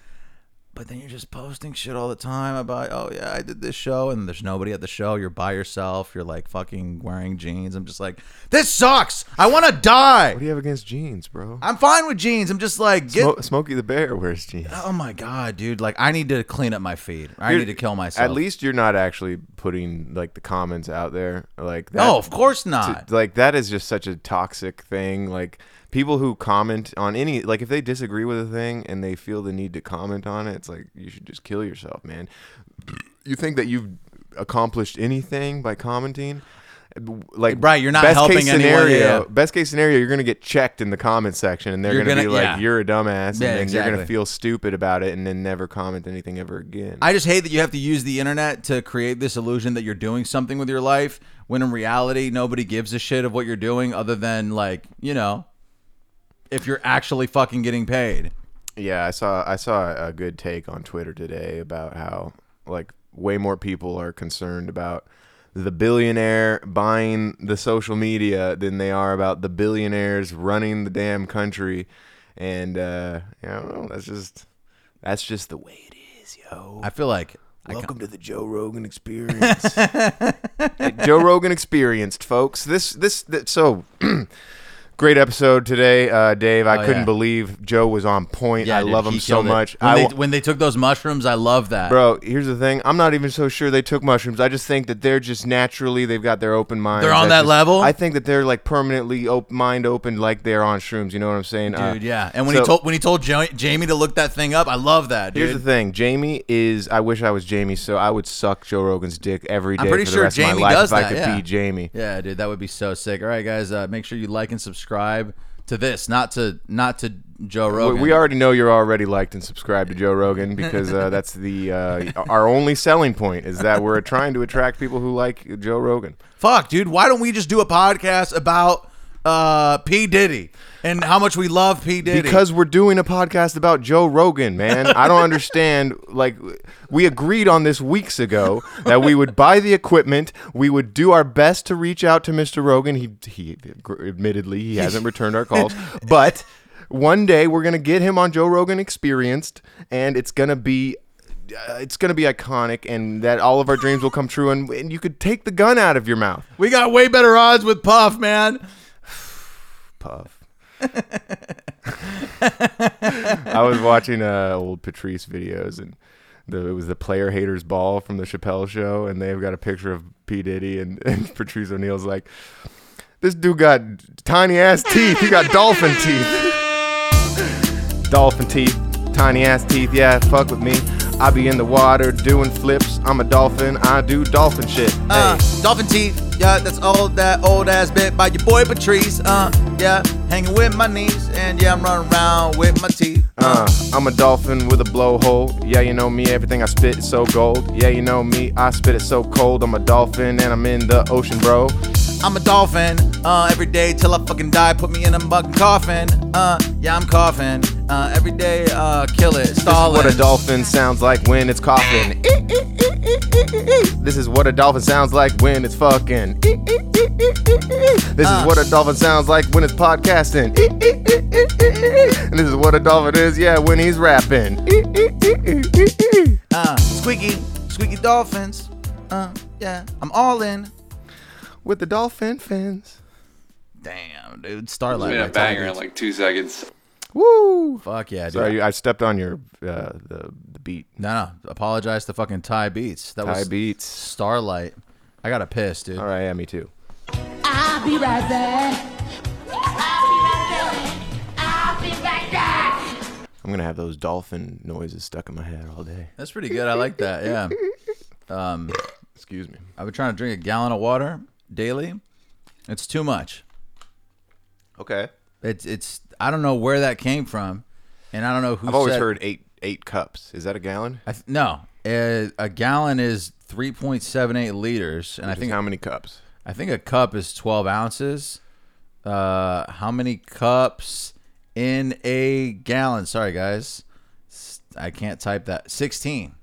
S5: But then you're just posting shit all the time about, oh yeah, I did this show, and there's nobody at the show. You're by yourself. You're like fucking wearing jeans. I'm just like, this sucks. I want to
S4: What
S5: die.
S4: do you have against jeans, bro?
S5: I'm fine with jeans. I'm just like, get.
S4: Smo- Smokey the Bear wears jeans.
S5: Oh my god, dude! Like, I need to clean up my feed. I
S4: You're-
S5: need to kill myself.
S4: At least you're not actually putting like the comments out there. Like that,
S5: No, of course not.
S4: to- like that is just such a toxic thing. Like people who comment on any like if they disagree with a thing and they feel the need to comment on it, it's like you should just kill yourself, man. You think that you've accomplished anything by commenting? Like
S5: Right, you're not
S4: best
S5: helping
S4: case
S5: anyone,
S4: scenario.
S5: yeah.
S4: Best case scenario, you're gonna get checked in the comment section, and they're
S5: You're
S4: gonna, be
S5: gonna-
S4: like,
S5: yeah.
S4: "You're a dumbass,"
S5: Yeah,
S4: and then you're gonna
S5: exactly.
S4: feel stupid about it, and then never comment anything ever again.
S5: I just hate that you have to use the internet to create this illusion that you're doing something with your life when in reality nobody gives a shit of what you're doing other than like, you know, if you're actually fucking getting paid.
S4: Yeah, I saw I saw a good take on Twitter today about how like way more people are concerned about the billionaire buying the social media than they are about the billionaires running the damn country, and uh, you know that's just that's just the way it is, yo.
S5: I feel like
S4: Welcome to the Joe [laughs] Rogan Experience. Joe Rogan Experienced, folks. This this, th so. [clears throat] Great episode today, uh, Dave. I
S5: Oh,
S4: couldn't
S5: yeah.
S4: believe Joe was on point.
S5: yeah,
S4: I
S5: dude,
S4: love
S5: he
S4: him so
S5: killed it.
S4: much.
S5: When,
S4: I
S5: they,
S4: wa-
S5: when they took those mushrooms, I love that.
S4: Bro, here's the thing. I'm not even so sure they took mushrooms. I just think that they're just naturally they've got their open mind.
S5: They're on that level?
S4: I think that they're like permanently op- mind open, like they're on shrooms. You know what I'm saying, Uh,
S5: Dude, yeah. And when
S4: so-
S5: he told when he told jo- Jamie to look that thing up, I love that, dude.
S4: Here's the thing, Jamie is. I wish I was Jamie, so I would suck Joe Rogan's dick every day
S5: I'm pretty
S4: for the
S5: sure
S4: rest of
S5: Jamie
S4: my life
S5: does
S4: if I
S5: that,
S4: could
S5: yeah.
S4: be Jamie.
S5: Yeah, dude, that would be so sick. All right, guys, uh, make sure you like and subscribe to this, not to not to Joe
S4: We-
S5: Rogan.
S4: We already know you're already liked and subscribed to
S5: [laughs]
S4: Joe Rogan because uh, that's the uh, our only selling point is that we're trying to attract people who like Joe Rogan.
S5: Fuck, dude, why don't we just do a podcast about uh, P Diddy and how much we love P Diddy?
S4: Because we're doing a podcast about Joe Rogan, man. I don't understand. [laughs] Like, we agreed on this weeks ago that we would buy the equipment. We would do our best to reach out to Mr. Rogan. He, he admittedly, he hasn't returned our calls, but one day we're gonna get him on Joe Rogan Experienced, and it's gonna be. Uh, it's gonna be iconic, and that all of our dreams will come true. And, and you could take the gun out of your mouth,
S5: we got way better odds with Puff, man.
S4: Puff. I was watching uh, old Patrice videos, and the, it was the player haters ball from the Chappelle show, and they've got a picture of P Diddy, and, [laughs] and Patrice O'Neal's like, "This dude got tiny ass teeth. He got dolphin teeth. dolphin teeth, tiny ass teeth. Yeah, fuck with me. I be in the water doing flips. I'm a dolphin. I do dolphin shit. Hey,
S5: Uh, dolphin teeth, yeah, that's all that old ass bit by your boy Patrice. Uh, yeah, hanging with my niece, and yeah, I'm running around with my teeth.
S4: Uh, I'm a dolphin with a blowhole. Yeah, you know me, everything I spit is so gold. Yeah, you know me, I spit it so cold. I'm a dolphin and I'm in the ocean, bro.
S5: I'm a dolphin. Uh, every day till I fucking die, put me in a fucking coffin. Uh, yeah, I'm coughing. Uh, every day, uh, kill it, stall
S4: What
S5: it.
S4: a dolphin sounds like when it's coughing. This is what a dolphin sounds like when it's fucking. This is what a dolphin sounds like when it's podcasting. and this is what a dolphin is, yeah, when he's rapping.
S5: Uh, squeaky, squeaky dolphins. Uh, yeah, I'm all in.
S4: With the dolphin fins.
S5: Damn, dude,
S11: It's
S5: Starlight.
S11: been a
S5: by Tiger
S11: banger in
S5: Woods.
S11: like two seconds.
S4: Woo!
S5: Fuck yeah, dude.
S4: Sorry, I stepped on your uh, the, the beat.
S5: No, no. Apologize to fucking Ty Beats. That
S4: Ty
S5: was
S4: Beats.
S5: Starlight. I got a piss, dude.
S4: All right, yeah, me too.
S8: I'll be right there. I'll be right there.
S4: I'm gonna have those dolphin noises stuck in my head all day.
S5: That's pretty good. I like that. Yeah. Um,
S4: Excuse me.
S5: I've been trying to drink a gallon of water daily. It's too much.
S4: Okay.
S5: It's it's. I don't know where that came from, and I don't know who.
S4: I've always
S5: said-
S4: heard eight eight cups. Is that a gallon?
S5: I th- no, a, a gallon is three point seven eight liters, and I
S4: Which is
S5: think
S4: how many cups?
S5: I think a cup is 12 ounces. Uh, how many cups in a gallon? Sorry, guys. S- I can't type that. 16.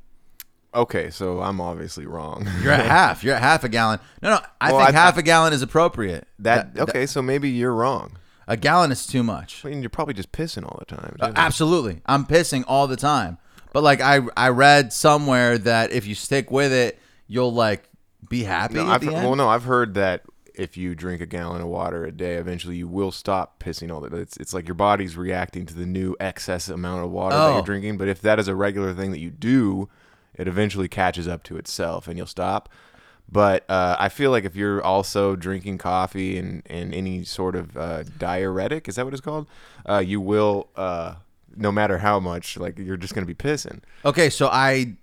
S4: Okay, so I'm obviously wrong.
S5: You're at half. You're at half a gallon. No, no. I
S4: Well,
S5: think
S4: I-
S5: half a gallon is appropriate.
S4: [laughs] that okay? So maybe you're wrong.
S5: A gallon is too much.
S4: I mean, you're probably just pissing all the time.
S5: Uh,
S4: too.
S5: absolutely. I'm pissing all the time. But like I I read somewhere that if you stick with it, you'll like be happy
S4: No,
S5: at
S4: I've,
S5: the end.
S4: well, no, I've heard that if you drink a gallon of water a day, eventually you will stop pissing all the time. It's, it's like your body's reacting to the new excess amount of water that
S5: Oh.
S4: you're drinking. But if that is a regular thing that you do, it eventually catches up to itself and you'll stop. But uh, I feel like if you're also drinking coffee and, and any sort of uh, diuretic, is that what it's called? Uh, you will, uh, no matter how much, like you're just going to be pissing.
S5: Okay, so I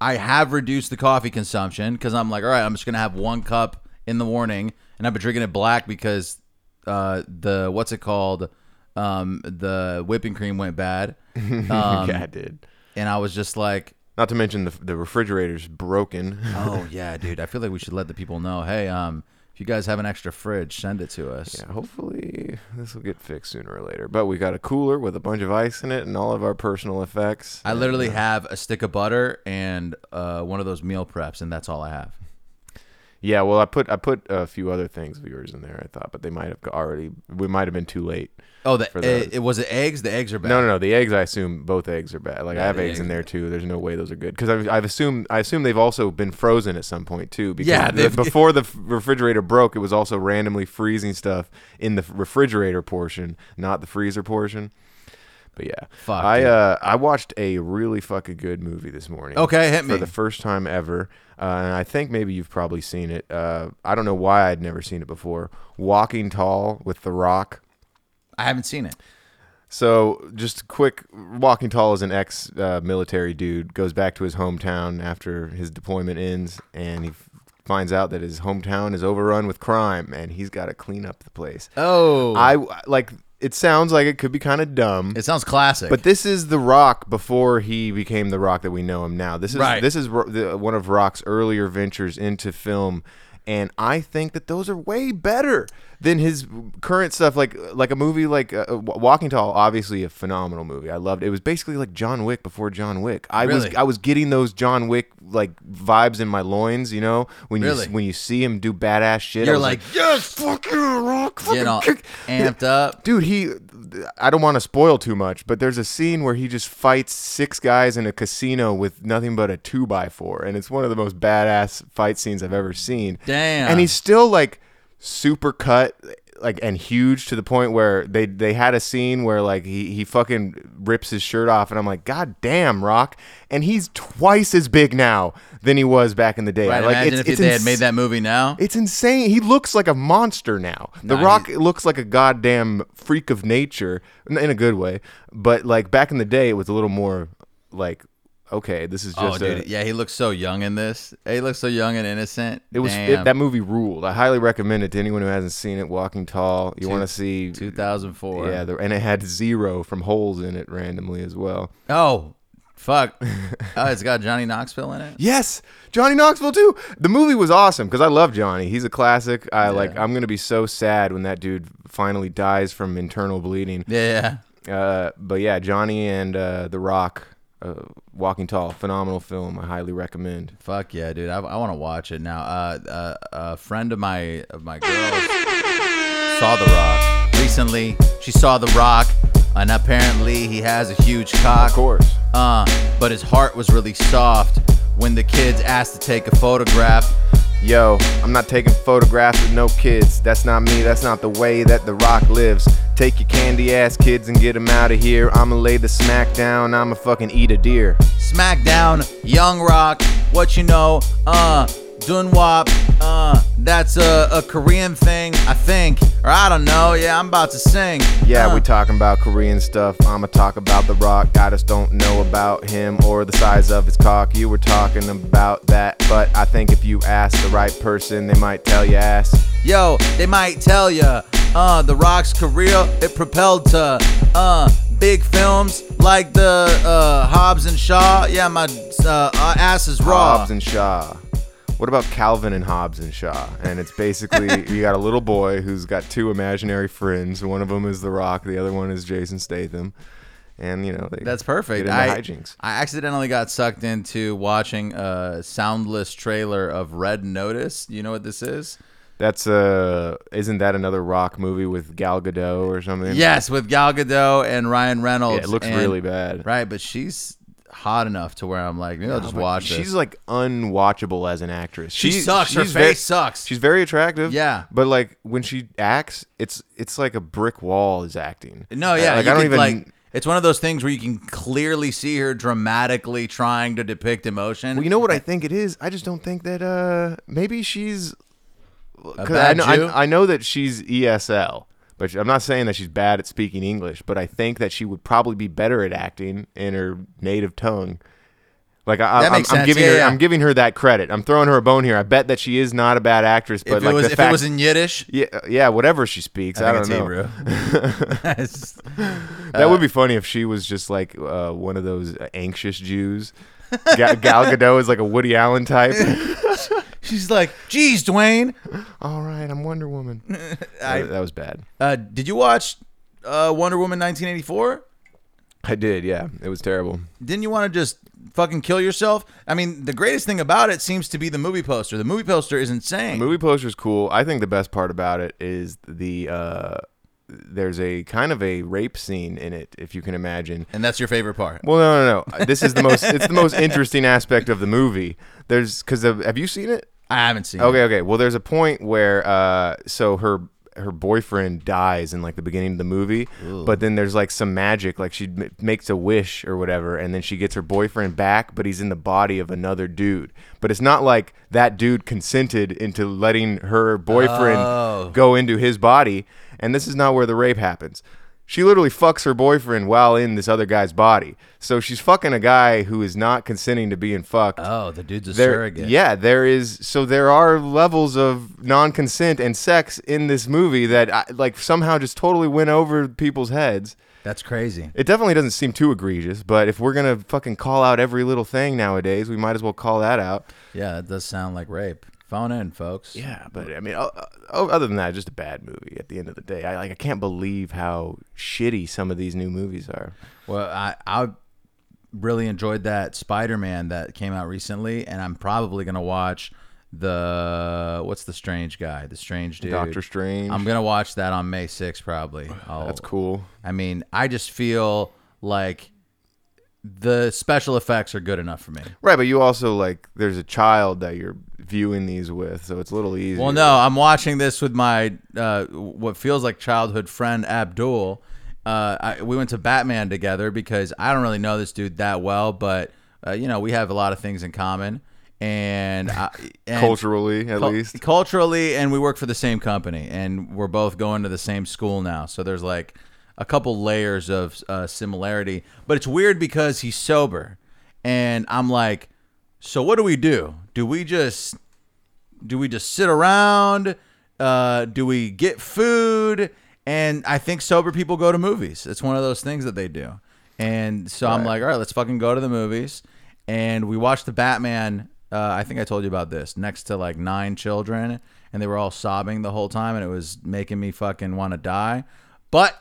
S5: I have reduced the coffee consumption because I'm like, all right, I'm just gonna have one cup in the morning, and I've been drinking it black because uh, the what's it called, um, the whipping cream
S4: [laughs]
S5: went bad, um,
S4: yeah, I did.
S5: and I was just like,
S4: Not to mention the, the refrigerator's broken. [laughs]
S5: oh yeah, dude, I feel like we should let the people know, hey, um, if you guys have an extra fridge, send it to us.
S4: Yeah, hopefully this will get fixed sooner or later. But we got a cooler with a bunch of ice in it and all of our personal effects.
S5: I literally have a stick of butter and uh, one of those meal preps, and that's all I have.
S4: yeah, well, I put I put a few other things of yours in there. I thought, but they might have already. We might have been too late.
S5: Oh, the,
S4: For
S5: eh,
S4: those.
S5: it was the eggs. The eggs are bad.
S4: No, no, no. The eggs, I assume both eggs are bad. Like I have
S5: the
S4: eggs in
S5: eggs-
S4: there too. There's no way those are good because I've, I've assumed I assume they've also been frozen at some point too. Because
S5: Yeah,
S4: the-
S5: they've-
S4: before the f- refrigerator broke, it was also randomly freezing stuff in the f- refrigerator portion, not the freezer portion. But yeah,
S5: Fuck,
S4: I
S5: dude.
S4: uh, I watched a really fucking good movie this morning.
S5: Okay, hit
S4: for
S5: me.
S4: the first time ever, uh, and I think maybe you've probably seen it. Uh, I don't know why I'd never seen it before. Walking Tall with The Rock.
S5: I haven't seen it.
S4: So, just quick, Walking Tall is an ex-military dude. Goes back to his hometown after his deployment ends, and he f- finds out that his hometown is overrun with crime, and he's got to clean up the place.
S5: Oh,
S4: I like. It sounds like it could be kind of dumb.
S5: it sounds classic.
S4: But this is the Rock before he became the Rock that we know him now. This is
S5: Right.
S4: this is ro- the, one of Rock's earlier ventures into film, and I think that those are way better than his current stuff. Like like a movie like uh, Wa- Walking Tall, obviously a phenomenal movie. I loved it. It was basically like John Wick before John Wick. I was
S5: Really?
S4: I was getting those John Wick like vibes in my loins. You know when you
S5: Really?
S4: when you see him do badass shit, I
S5: You're
S4: was
S5: like,
S4: yes, fuck you, Rock, fucking
S5: getting all
S4: kick.
S5: amped up.
S4: Dude, he. I don't want to spoil too much, but there's a scene where he just fights six guys in a casino with nothing but a two by four, and it's one of the most badass fight scenes I've ever seen.
S5: Damn.
S4: And he's still like super cut, like and huge to the point where they they had a scene where like he he fucking rips his shirt off, and I'm like, God damn, Rock! And he's twice as big now than he was back in the day.
S5: Right,
S4: I, like
S5: imagine
S4: it's,
S5: if
S4: it's
S5: they
S4: ins-
S5: had made that movie now.
S4: it's insane. He looks like a monster now. The
S5: Nah,
S4: Rock looks like a goddamn freak of nature n- in a good way. But like back in the day, it was a little more like, okay, this is
S5: oh,
S4: just a.
S5: dude, yeah, he looks so young in this. He looks so young and innocent.
S4: It was it,
S5: Damn.
S4: that movie ruled. I highly recommend it to anyone who hasn't seen it. Walking Tall. You want to see?
S5: 2004.
S4: Yeah, the, and it had zero from holes in it randomly as well.
S5: oh, fuck.
S4: [laughs]
S5: oh, it's got Johnny Knoxville in it.
S4: Yes, Johnny Knoxville too. The movie was awesome because I love Johnny. He's a classic. I like. I'm gonna be so sad when that dude finally dies from internal bleeding.
S5: Yeah.
S4: Uh, but yeah, Johnny and uh, The Rock, uh, Walking Tall, phenomenal film. I highly recommend.
S5: Fuck yeah, dude. I, I want to watch it now. Uh, uh, a friend of my of my girls saw The Rock. We recently. She saw The Rock, and apparently he has a huge cock.
S4: Of course.
S5: Uh, but his heart was really soft when the kids asked to take a photograph.
S4: Yo, I'm not taking photographs with no kids. That's not me, that's not the way that The Rock lives. Take your candy ass kids and get them out of here. I'ma lay the smack down, I'ma fucking eat a deer.
S5: SmackDown, Young Rock, what you know, uh, Dunwap, uh, that's a, a Korean thing, I think, or I don't know, yeah, I'm about to sing.
S4: Yeah,
S5: uh,
S4: we talking about Korean stuff. I'ma talk about The Rock. I just don't know about him or the size of his cock. You were talking about that, but I think if you ask the right person, they might tell you ass.
S5: Yo, they might tell ya, uh, The Rock's career, it propelled to, uh, big films like the, uh, Hobbs and Shaw. Yeah, my, uh, uh, ass is raw.
S4: Hobbs and Shaw. What about Calvin and Hobbs and Shaw? And it's
S5: [laughs]
S4: basically you got a little boy who's got two imaginary friends. One of them is The Rock, the other one is Jason Statham. And you know they
S5: That's
S4: Get
S5: perfect.
S4: into
S5: I,
S4: hijinks.
S5: I accidentally got sucked into watching a soundless trailer of Red Notice. You know what this is?
S4: That's uh, isn't that another Rock movie with Gal Gadot or something?
S5: Yes, with Gal Gadot and Ryan Reynolds.
S4: Yeah, it looks
S5: and-
S4: really bad.
S5: Right, but she's hot enough to where I'm like, maybe I'll just
S4: But
S5: watch
S4: She's
S5: this.
S4: like unwatchable as an actress.
S5: She sucks. Her
S4: she's ve-
S5: face sucks.
S4: She's very attractive.
S5: Yeah.
S4: but like when she acts, it's it's like a brick wall is acting.
S5: no, yeah,
S4: like
S5: you
S4: I don't
S5: could,
S4: even.
S5: like. It's one of those things where you can clearly see her dramatically trying to depict emotion.
S4: well, you know what I think it is. I just don't think that. Uh, maybe she's. 'cause I
S5: bad
S4: know
S5: Jew?
S4: I, I know that she's ESL, but I'm not saying that she's bad at speaking English. But I think that she would probably be better at acting in her native tongue. Like I,
S5: That
S4: I'm,
S5: makes
S4: I'm
S5: sense.
S4: giving
S5: Yeah,
S4: her,
S5: yeah.
S4: I'm giving her that credit. I'm throwing her a bone here. I bet that she is not a bad actress, but
S5: if
S4: like
S5: it was
S4: the
S5: if
S4: fact,
S5: it was in Yiddish,
S4: Yeah, uh, yeah, whatever she speaks, I,
S5: I,
S4: don't know.
S5: think it's
S4: [laughs]
S5: Hebrew.
S4: That
S5: Uh,
S4: would be funny if she was just like uh, one of those anxious Jews. Ga- Gal Gadot is like a Woody Allen
S5: [laughs]
S4: type.
S5: [laughs] She's like, "Geez, Dwayne,
S4: All right, I'm Wonder Woman.
S5: I-
S4: that, that was bad.
S5: uh, did you watch uh, Wonder Woman 1984?
S4: I did, yeah. It was terrible.
S5: Didn't you want to just fucking kill yourself? I mean, the greatest thing about it seems to be the movie poster. The movie poster is insane.
S4: Movie poster's cool. I think the best part about it is the uh, there's a kind of a rape scene in it, if you can imagine.
S5: and that's your favorite part.
S4: Well, no, no, no. This is the most. It's the most interesting aspect of the movie. There's because have you seen it?
S5: I haven't seen.
S4: Okay, okay. Well, there's a point where uh, so her her boyfriend dies in like the beginning of the movie, but then there's like some magic, like she m- makes a wish or whatever, and then she gets her boyfriend back, but he's in the body of another dude. But it's not like that dude consented into letting her boyfriend go into his body, and this is not where the rape happens. She literally fucks her boyfriend while in this other guy's body. So she's fucking a guy who is not consenting to being fucked
S5: It. Oh, the dude's a
S4: there,
S5: surrogate.
S4: Yeah, there is. So there are levels of non-consent and sex in this movie that I, like somehow just totally went over people's heads.
S5: that's crazy.
S4: It definitely doesn't seem too egregious, but if we're gonna fucking call out every little thing nowadays, we might as well call that out.
S5: Yeah, that does sound like rape. Phone in, folks.
S4: Yeah, but I mean, o- o- other than that, just a bad movie. At the end of the day, I like I can't believe how shitty some of these new movies are.
S5: Well, I I really enjoyed that Spider Man that came out recently, and I'm probably gonna watch the what's the strange guy, the strange dude,
S4: Doctor Strange.
S5: I'm gonna watch that on May 6th probably. I'll,
S4: That's cool.
S5: I mean, I just feel like the special effects are good enough for me.
S4: Right, but you also like there's a child that you're viewing these with, so it's a little easier.
S5: Well, no, I'm watching this with my uh, what feels like childhood friend Abdul. Uh, I, we went to Batman together because I don't really know this dude that well, but uh, you know we have a lot of things in common, and, [laughs] I, and
S4: culturally at
S5: cul-
S4: least.
S5: [laughs] culturally, and we work for the same company, and we're both going to the same school now. So there's like a couple layers of uh, similarity, but it's weird because he's sober, and I'm like, so what do we do? Do we just do we just sit around? Uh, do we get food? And I think sober people go to movies. It's one of those things that they do. And so I'm like, all right, let's fucking go to the movies. And we watched the Batman. Uh, I think I told you about this. Next to like nine children, and they were all sobbing the whole time, and it was making me fucking want to die. But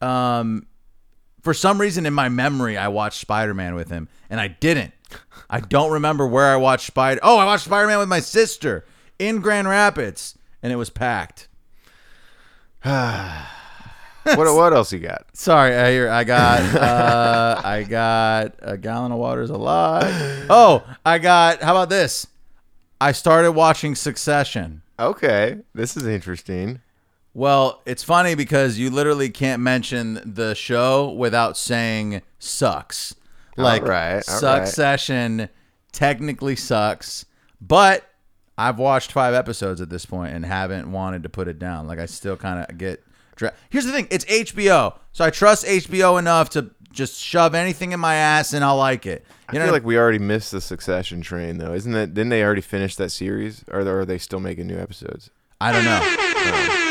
S5: um, for some reason in my memory, I watched Spider Man with him, and I didn't. I don't remember where I watched Spider. Oh, I watched Spider Man with my sister in Grand Rapids, and it was packed.
S4: What what else you got?
S5: Sorry, I hear I got uh, I got a gallon of water is a lot. Oh, I got how about this? I started watching Succession.
S4: Okay, this is interesting.
S5: Well, it's funny because you literally can't mention the show without saying sucks. Like
S4: right, all right.
S5: Succession technically sucks, but I've watched five episodes at this point and haven't wanted to put it down. Like I still kind of get. Dra- Here's the thing: it's HBO, so I trust HBO enough to just shove anything in my ass and I'll like it.
S4: I
S5: You know,
S4: feel
S5: like
S4: like we already missed the Succession train, though. Isn't that? Didn't they already finish that series, or are they still making new episodes?
S5: I don't know.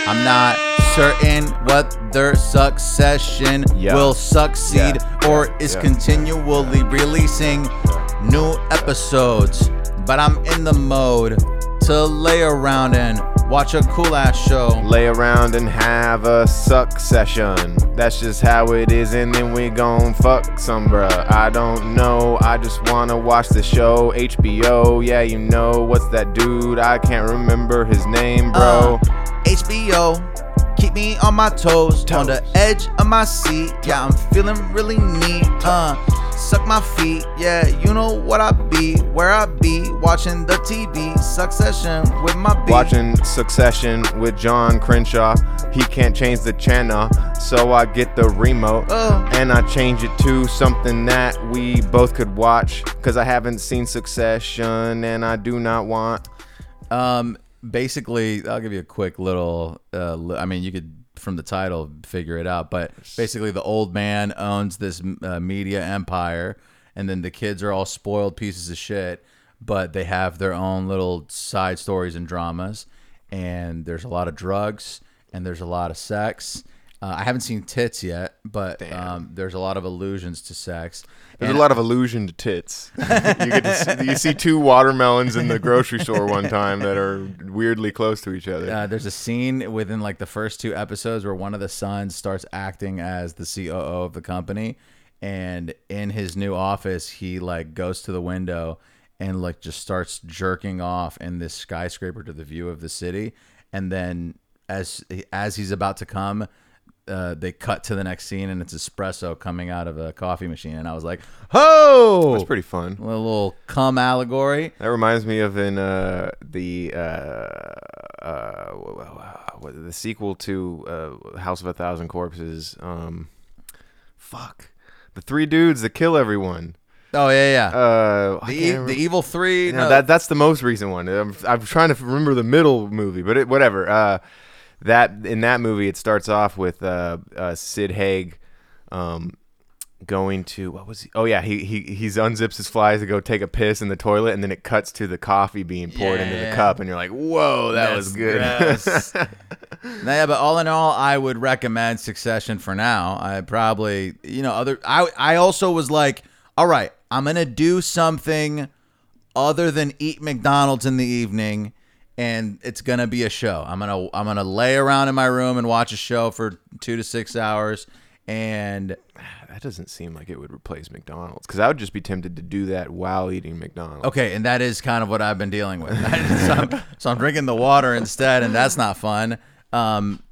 S5: I'm not certain whether Succession
S4: Yeah.
S5: will succeed
S4: Yeah.
S5: or
S4: Yeah.
S5: is
S4: Yeah.
S5: continually releasing new episodes. But I'm in the mode to lay around and watch a cool ass show.
S4: Lay around and have a suck session. That's just how it is, and then we gon' fuck some bruh. I don't know, I just wanna watch the show. HBO, yeah, you know, what's that dude? I can't remember his name, bro.
S5: Uh, HBO, keep me on my toes, on the edge of my seat. Yeah, I'm feeling really neat. Uh, suck my feet. Yeah, you know what I be, where I be, watching the TV, Succession with my B.
S4: Watching Succession with John Crenshaw. He can't change the channel, so I get the remote
S5: Uh.
S4: and I change it to something that we both could watch. Cause I haven't seen Succession and I do not want.
S5: Um, basically, I'll give you a quick little. Uh, li- I mean, you could from the title figure it out, but basically, the old man owns this uh, media empire, and then the kids are all spoiled pieces of shit, but they have their own little side stories and dramas, and there's a lot of drugs, and there's a lot of sex. Uh, I haven't seen tits yet, but um, there's a lot of allusions to sex.
S4: There's
S5: And
S4: a lot of allusion to tits. you, get to see, you see two watermelons in the grocery store one time that are weirdly close to each other.
S5: uh, there's a scene within like the first two episodes where one of the sons starts acting as the COO of the company, and in his new office, he like goes to the window and like just starts jerking off in this skyscraper to the view of the city, and then as as he's about to come. Uh, they cut to the next scene and it's espresso coming out of a coffee machine and I was like, "Ho!"
S4: That's pretty fun.
S5: A little cum allegory.
S4: That reminds me of in uh, the uh, uh, wha- wha- wha- what- the sequel to uh, House of a Thousand Corpses. Um, fuck, the three dudes that kill everyone.
S5: Oh yeah, yeah.
S4: Uh, I can't
S5: the, e-
S4: remember-
S5: the evil three.
S4: no,
S5: no.
S4: that that's the most recent one. I'm, I'm trying to remember the middle movie, but it, whatever. Uh, that in that movie, it starts off with uh, uh, Sid Haig um, going to what was he? Oh yeah, he he he unzips his flies to go take a piss in the toilet, and then it cuts to the coffee being poured into the
S5: Yeah.
S4: cup, and you're like, whoa,
S5: Oh,
S4: that was good.
S5: gross. [laughs] Nah, yeah, but all in all, I would recommend Succession for now. I probably, you know, other. I I also was like, all right, I'm gonna do something other than eat McDonald's in the evening, and it's gonna be a show. I'm gonna I'm gonna lay around in my room and watch a show for two to six hours, and
S4: [laughs] that doesn't seem like it would replace McDonald's because I would just be tempted to do that while eating McDonald's.
S5: Okay, and that is kind of what I've been dealing with. [laughs] so, I'm, so I'm drinking the water instead, and that's not fun. Um,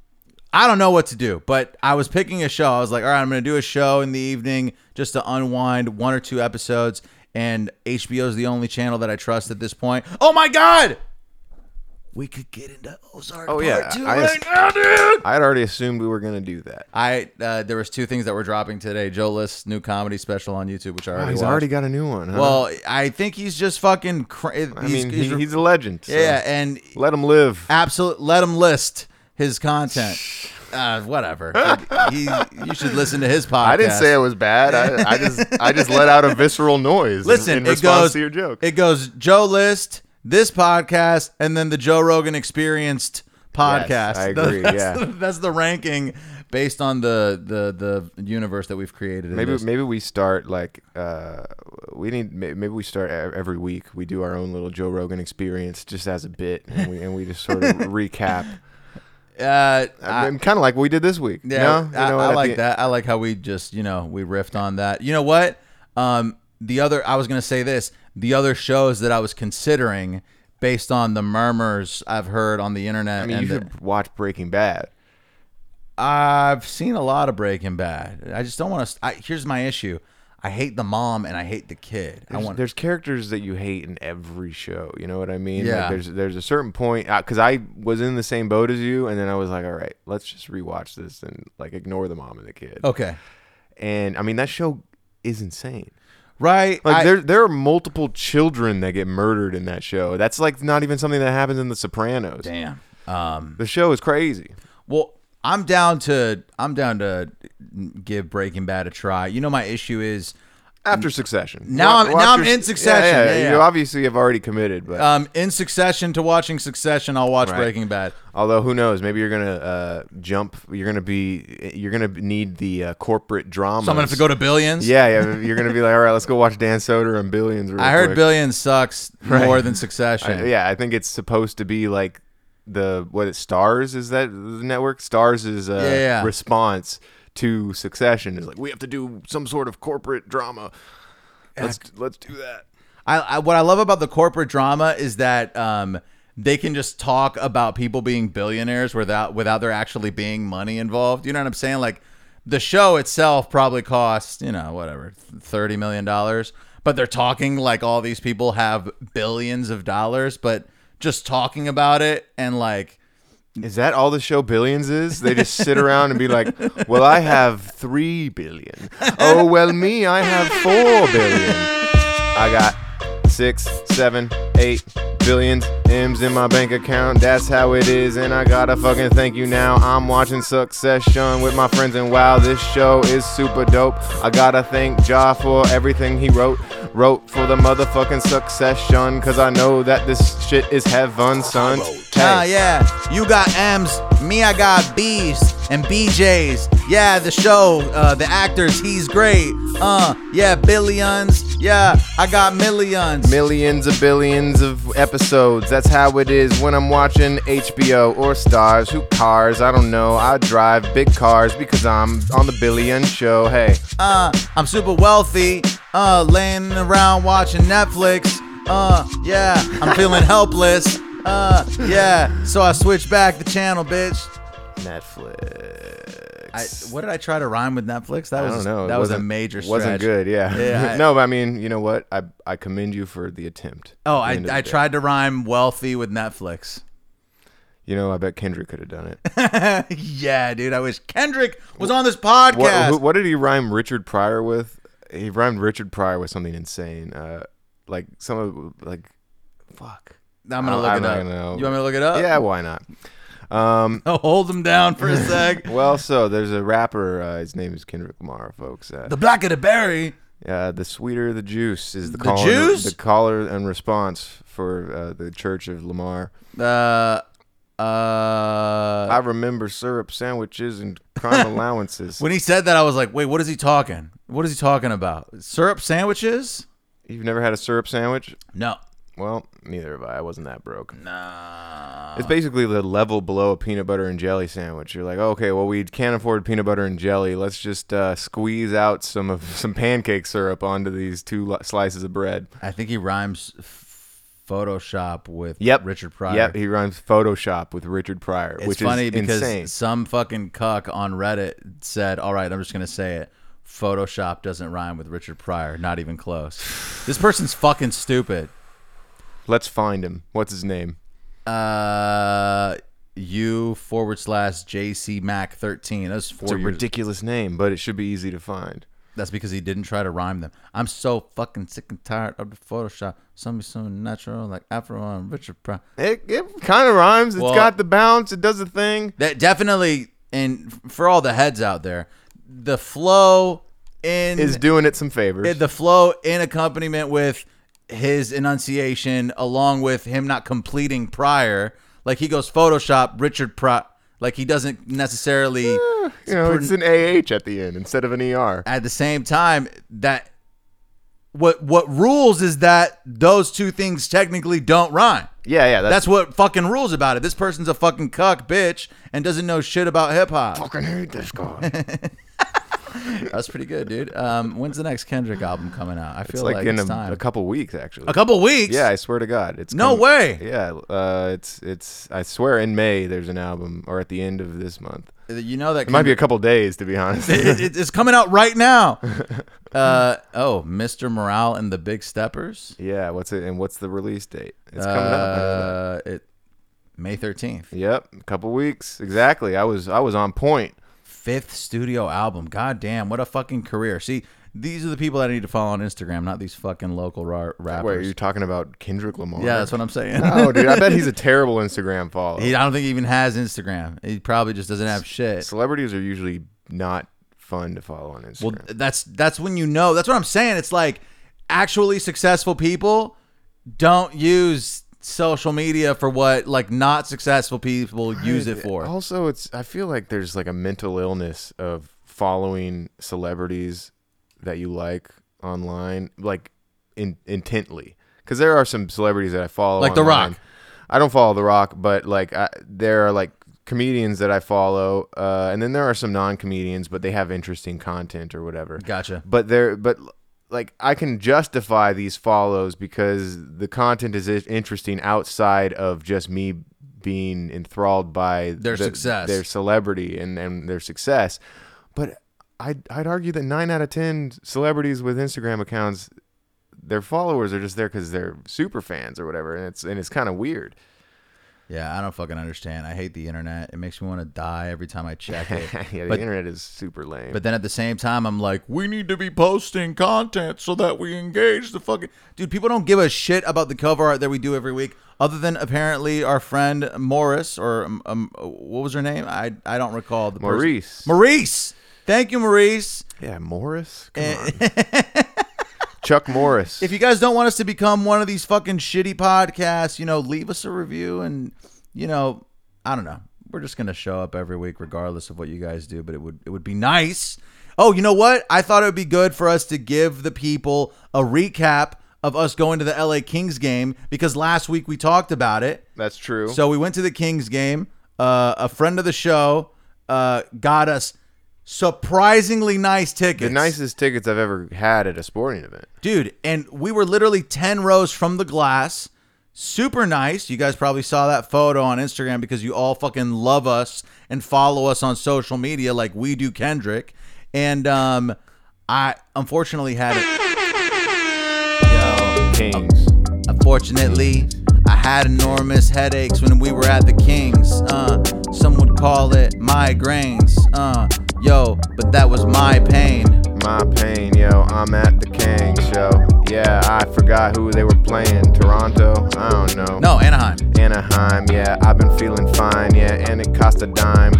S5: I don't know what to do, but I was picking a show. I was like, all right, I'm going to do a show in the evening just to unwind one or two episodes. And HBO is the only channel that I trust at this point. Oh my God! We could get into Ozark.
S4: Oh yeah,
S5: Part two
S4: I,
S5: right
S4: I had already assumed we were gonna do that.
S5: I uh, there was two things that were dropping today. Joe List's new comedy special on YouTube, which I already
S4: he's
S5: watched.
S4: already got a new one. Huh?
S5: well, I think he's just fucking. Cra-
S4: I
S5: he's-
S4: mean,
S5: he's-
S4: he- he's a legend. so
S5: yeah, and
S4: let him live.
S5: absolute let him list his content
S4: [laughs]
S5: uh, whatever he, you should listen to his podcast
S4: I didn't say it was bad. I, I just I just let [laughs] out a visceral noise. in-
S5: listen
S4: in,
S5: it
S4: response
S5: goes
S4: to your joke.
S5: it goes joe list this podcast and then the joe rogan experienced podcast
S4: Yes, I agree,
S5: [laughs] that's,
S4: yeah.
S5: the, that's the ranking based on the the the universe that we've created in
S4: maybe
S5: this.
S4: maybe we start like uh, we need may- maybe we start e- every week. We do our own little Joe Rogan experience just as a bit, and we and we just [laughs] sort of recap.
S5: uh,
S4: I mean, kind of like what we did this week.
S5: Yeah,
S4: no? You
S5: I,
S4: know
S5: I
S4: what, at
S5: like
S4: the-
S5: that. I like how we just you know we riffed on that. You know what? Um, the other I was gonna say this. The other shows that I was considering based on the murmurs I've heard on the internet.
S4: I mean, you
S5: and the-
S4: should watch Breaking Bad.
S5: I've seen a lot of Breaking Bad. I just don't want to. I, here's my issue. I hate the mom and I hate the kid. I
S4: There's,
S5: want.
S4: there's characters that you hate in every show. You know what I mean?
S5: Yeah.
S4: Like there's there's a certain point because I was in the same boat as you, and then I was like, all right, let's just rewatch this and like ignore the mom and the kid.
S5: Okay.
S4: And I mean that show is insane.
S5: Right.
S4: Like
S5: I-
S4: there there are multiple children that get murdered in that show. That's like not even something that happens in The Sopranos.
S5: Damn. Um.
S4: The show is crazy.
S5: Well, I'm down to. I'm down to give Breaking Bad a try. You know, my issue is.
S4: After Succession.
S5: Now
S4: Wa-
S5: I'm-
S4: watch
S5: now I'm
S4: your-
S5: in
S4: yeah,
S5: Succession.
S4: yeah,
S5: Yeah,
S4: You
S5: yeah.
S4: obviously have already committed, but
S5: Um, in succession to watching Succession, I'll watch
S4: Right.
S5: Breaking Bad.
S4: Although who knows? Maybe you're gonna uh, jump. You're gonna be. You're gonna need the uh, corporate drama.
S5: So I'm gonna have to go to Billions.
S4: Yeah, yeah. You're gonna be like, all right, let's go watch Dan Soder and Billions. Real
S5: I heard
S4: quick."
S5: Billions sucks
S4: [laughs]
S5: more
S4: Right.
S5: than Succession.
S4: I- yeah, I think it's supposed to be like the what it stars is that the network stars is uh,
S5: Yeah, yeah.
S4: response to Succession is like we have to do some sort of corporate drama. Let's let's do that.
S5: I, I what I love about the corporate drama is that um, they can just talk about people being billionaires without without there actually being money involved. You know what I'm saying? Like the show itself probably costs you know whatever thirty million dollars, but they're talking like all these people have billions of dollars, but just talking about it and like
S4: Is that all the show Billions is? They just sit around and be like, "Well, I have three billion. Oh, well, me, I have four billion. I got six, seven, eight billions M's in my bank account. That's how it is, and I gotta fucking thank you now. I'm watching Succession with my friends, and wow, this show is super dope. I gotta thank Ja for everything he wrote. Wrote for the motherfucking Succession, cause I know that this shit is heaven, son.
S5: ah
S4: Hey.
S5: yeah, you got M's, me I got B's and BJ's. Yeah, the show, uh, the actors, he's great. Uh, yeah, billions. Yeah, I got millions.
S4: Millions of billions of episodes. That's how it is when I'm watching HBO or Stars. Who cars? I don't know. I drive big cars because I'm on the billion show. Hey,
S5: uh, I'm super wealthy. Uh, laying around watching Netflix. Uh, yeah,
S4: [laughs]
S5: I'm feeling helpless. Uh, yeah, so I switched back the channel, bitch.
S4: Netflix.
S5: I, what did I try to rhyme with Netflix? That
S4: I don't
S5: was
S4: know. It
S5: that was a
S4: wasn't-
S5: major stretch.
S4: Wasn't good. Yeah. [laughs]
S5: Yeah, I-
S4: no, but I mean, you know what? I I commend you for the attempt.
S5: Oh,
S4: At the
S5: I,
S4: end of the
S5: I
S4: day.
S5: tried to rhyme wealthy with Netflix.
S4: You know, I bet Kendrick could have done
S5: [laughs]
S4: it.
S5: yeah, dude. I wish Kendrick was on this podcast.
S4: What, who- what did he rhyme Richard Pryor with? He rhymed Richard Pryor with something insane. Uh, like some of like, fuck.
S5: I'm gonna
S4: Oh, I-
S5: look
S4: I'm
S5: it
S4: not
S5: up.
S4: gonna know.
S5: You want me to look it up?
S4: Yeah, why not?
S5: I'll [laughs] hold him down for
S4: [laughs]
S5: a sec.
S4: Well, so there's a rapper. Uh, his name is Kendrick Lamar, folks. Uh,
S5: the black of the berry.
S4: uh, the sweeter the juice is the, call
S5: juice?
S4: And, the caller and response for uh, the Church of Lamar.
S5: Uh, uh.
S4: I remember syrup sandwiches and
S5: [laughs]
S4: crime allowances.
S5: when he said that, I was like, "Wait, what is he talking? What is he talking about? Syrup sandwiches?
S4: You've never had a syrup sandwich?
S5: No,
S4: Well, neither have I. I wasn't that broke.
S5: nah.
S4: It's basically the level below a peanut butter and jelly sandwich. You're like, okay, well, we can't afford peanut butter and jelly. Let's just uh, squeeze out some of [laughs] some pancake syrup onto these two li- slices of bread.
S5: I think he rhymes f- Photoshop with
S4: Yep.
S5: Richard Pryor.
S4: Yep, he runs Photoshop with Richard Pryor,
S5: It's
S4: which
S5: funny
S4: is
S5: because
S4: insane.
S5: some fucking cuck on Reddit said, "All right, I'm just gonna say it. Photoshop doesn't rhyme with Richard Pryor. Not
S4: [sighs]
S5: even close. this person's fucking stupid."
S4: Let's find him. What's his name?
S5: Uh, you forward slash JC Mac thirteen. That's
S4: It's
S5: four
S4: a
S5: years.
S4: ridiculous name, but it should be easy to find.
S5: That's because he didn't try to rhyme them. I'm so fucking sick and tired of the Photoshop. Something so natural like Afro and Richard Pryor.
S4: It, it kind of rhymes. It's
S5: Well-
S4: got the bounce. It does the thing.
S5: That definitely, and for all the heads out there, the flow in
S4: Is doing it some favors.
S5: the flow in accompaniment with his enunciation, along with him not completing prior. Like he goes Photoshop Richard Pryor. Like he doesn't necessarily.
S4: you know, it's an AH at the end instead of an ER.
S5: at the same time that what what rules is that those two things technically don't rhyme.
S4: Yeah, yeah. That's,
S5: That's what fucking rules about it. This person's
S4: [laughs]
S5: a fucking cuck bitch and doesn't know shit about hip hop. [laughs]
S4: fucking hate this guy.
S5: That was pretty good, dude. Um, when's the next Kendrick album coming out? I feel
S4: It's like, in
S5: it's
S4: a,
S5: time.
S4: a couple weeks, actually.
S5: A couple weeks.
S4: Yeah, I swear to God, it's
S5: No way!
S4: Yeah, uh, it's it's. I swear, in May there's an album, or at the end of this month.
S5: You know that
S4: It might be a couple days, to be
S5: [laughs]
S4: honest. [laughs]
S5: it, it- it's coming out right now. Uh, oh, Mr. Morale and the Big Steppers.
S4: yeah, what's it? And what's the release date? It's coming up.
S5: Uh, it May thirteenth.
S4: Yep, a couple weeks exactly. I was I was on point.
S5: Fifth studio album. God damn, what a fucking career. See, these are the people that I need to follow on Instagram, not these fucking local ra- rappers.
S4: Wait, are [laughs] you talking about Kendrick Lamar? [laughs]
S5: yeah, that's what I'm saying.
S4: Oh, dude, I bet
S5: [laughs]
S4: he's a terrible Instagram follower.
S5: He, I don't think he even has Instagram. He probably just doesn't have shit.
S4: Celebrities are usually not fun to follow on Instagram.
S5: Well, that's that's when you know. That's what I'm saying. It's like actually successful people don't use social media for what like not successful people use it for.
S4: Also, it's I feel like there's like a mental illness of following celebrities that you like online, like in, intently. Because there are some celebrities that I follow,
S5: Like The
S4: online.
S5: Rock.
S4: I don't follow The Rock, but like I, there are like comedians that I follow, uh, and then there are some non-comedians, but they have interesting content or whatever.
S5: Gotcha.
S4: But there, but like I can justify these follows because the content is i- interesting outside of just me being enthralled by
S5: Their success.
S4: their celebrity, and and their success. But I'd I'd argue that nine out of ten celebrities with Instagram accounts. Their followers are just there because they're super fans or whatever, and it's and it's kind of
S5: [laughs]
S4: weird.
S5: Yeah, I don't fucking understand. I hate the internet. It makes me want to die every time I check it.
S4: [laughs] yeah, the
S5: but,
S4: internet is super lame.
S5: but then at the same time, I'm like, we need to be posting content so that we engage the fucking dude. People don't give a shit about the cover art that we do every week, other than apparently our friend Morris or um, um, what was her name? I I don't recall the person.
S4: Maurice.
S5: Maurice. Thank you, Maurice.
S4: yeah,
S5: [laughs]
S4: Morris. Come on. Chuck Morris.
S5: If you guys don't want us to become one of these fucking shitty podcasts, you know, leave us a review and you know, I don't know. We're just gonna show up every week regardless of what you guys do, but it would it would be nice. Oh, you know what? I thought it would be good for us to give the people a recap of us going to the LA Kings game because last week we talked about it.
S4: That's true.
S5: So we went to the Kings game. Uh, a friend of the show uh, got us surprisingly nice tickets.
S4: the nicest tickets I've ever had at a sporting event.
S5: Dude, and we were literally 10 rows from the glass. Super nice. You guys probably saw that photo on Instagram because you all fucking love us and follow us on social media like we do Kendrick. And um I unfortunately had it. Yo.
S4: Oh, Kings.
S5: Unfortunately, I had enormous headaches when we were at the Kings. Uh, some would call it migraines. Uh, yo, but that was my pain.
S4: My pain, yo. I'm at the Kang show. Yeah, I forgot who they were playing. Toronto? I don't know.
S5: No, Anaheim.
S4: Anaheim, yeah. I've been feeling fine, yeah. And it cost a dime.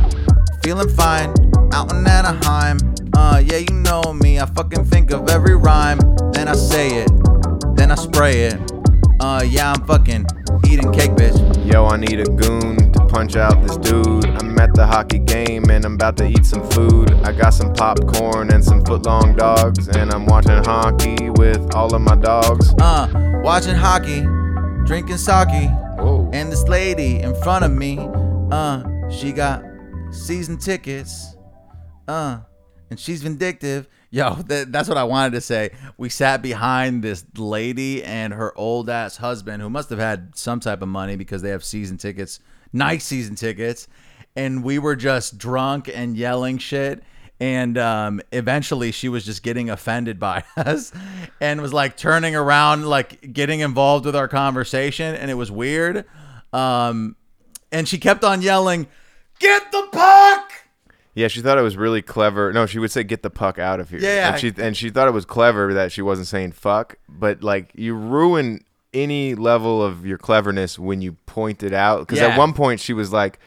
S5: Feeling fine out in Anaheim. Uh, yeah, you know me. I fucking think of every rhyme. Then I say it. Then I spray it. Uh, yeah, I'm fucking eating cake, bitch.
S4: Yo, I need a goon to punch out this dude. I'm at the hockey game and I'm about to eat some food. I got some popcorn and some footlong dogs. And I'm watching hockey with all of my dogs.
S5: Uh, watching hockey, drinking sake.
S4: Whoa.
S5: Uh, And this lady in front of me, uh, she got season tickets, uh, and she's vindictive. Yo, [laughs] that, that's what I wanted to say. We sat behind this lady and her old ass husband, who must have had some type of money because they have season tickets, nice season tickets, and we were just drunk and yelling shit. And um, eventually, she was just getting offended by [laughs] us, and was like turning around, like getting involved with our conversation, and it was weird. Um, and she kept on yelling, "Get the puck!"
S4: Yeah, she thought it was really clever. No, she would say "get the puck out of here."
S5: Yeah,
S4: and she and she thought it was clever that she wasn't saying "fuck," but like you ruin any level of your cleverness when you point it out. Because
S5: Yeah.
S4: at one point she was like,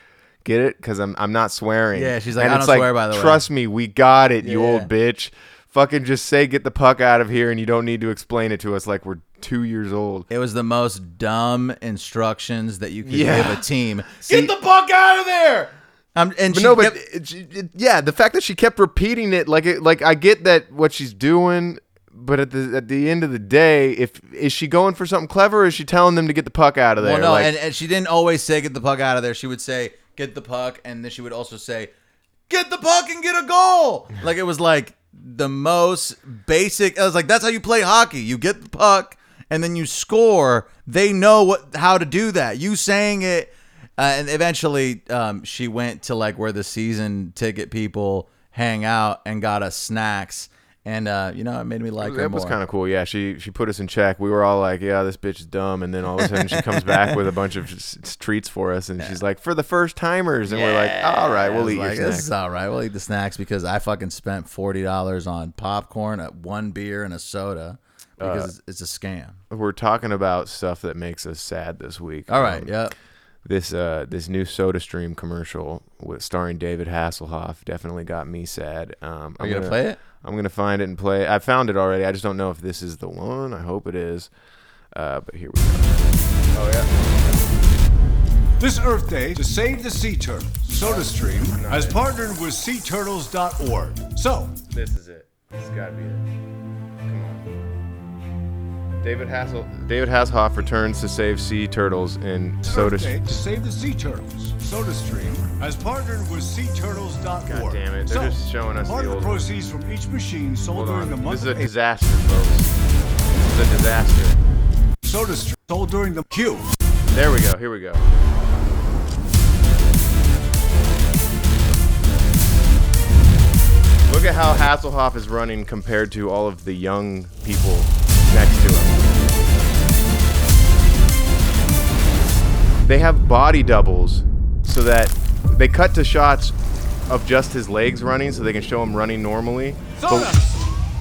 S4: "Get it?" Because I'm I'm not swearing.
S5: Yeah, she's like,
S4: and
S5: "I
S4: it's
S5: don't swear, by the way."
S4: Trust me, we got it, you
S5: Yeah.
S4: old bitch. Fucking just say "get the puck out of here," and you don't need to explain it to us like we're two years old.
S5: It was the most dumb instructions that you could
S4: Yeah.
S5: give a team.
S4: See-
S5: Get the puck out of there! Um, and
S4: But
S5: she
S4: no, but
S5: kept-
S4: it- it- it- yeah, the fact that she kept repeating it, like it, like I get that what she's doing, but at the at the end of the day, if is she going for something clever, or is she telling them to get the puck out of there?
S5: well, no,
S4: Like,
S5: and, and she didn't always say "get the puck out of there." She would say "get the puck," and then she would also say get the puck and get
S4: [laughs]
S5: a goal. Like it was like the most basic. I was like, that's how you play hockey. You get the puck and then you score. They know what how to do that. You saying it, uh, and eventually um, she went to like where the season ticket people hang out and got us snacks. And uh, you know, it made me like her
S4: That was
S5: more.
S4: kind of cool. Yeah, she she put us in check. We were all like, "Yeah, this bitch is dumb," and then all of a sudden she comes back with a bunch of s- s- treats for us, and she's like, "For the first timers," and we're like, "All right,
S5: I
S4: we'll
S5: was
S4: eat
S5: like,
S4: your
S5: This is
S4: snacks."
S5: all right. We'll eat the snacks because I fucking spent forty dollars on popcorn, at one beer, and a soda
S4: Uh,
S5: because it's, it's a scam.
S4: We're talking about stuff that makes us sad this week.
S5: All right,
S4: Um,
S5: yeah.
S4: This uh this new SodaStream commercial with starring David Hasselhoff definitely got me sad. Um, I'm
S5: you gonna play it?
S4: I'm gonna find it and play. it. I found it already. I just don't know if this is the one. I hope it is. Uh, but here we go.
S11: This Earth Day, to save the sea turtle, SodaStream has partnered with SeaTurtles.org. So,
S4: This is it. This has got to be it. Come on. David Hassel. David Hasselhoff returns to save sea turtles in
S11: this
S4: soda.
S11: Earth Day, to save the sea turtles, SodaStream has partnered with SeaTurtles.org.
S4: God damn it,
S11: So,
S4: they're just showing us
S11: part
S4: the
S11: of
S4: old
S11: the proceeds from each machine sold
S4: Hold
S11: during the
S4: on.
S11: month
S4: This is a
S11: of April.
S4: disaster, folks. This is a disaster.
S11: SodaStream sold during the Q.
S4: There we go. Here we go. Look at how Hasselhoff is running compared to all of the young people next to him. They have body doubles so that they cut to shots of just his legs running so they can show him running normally. But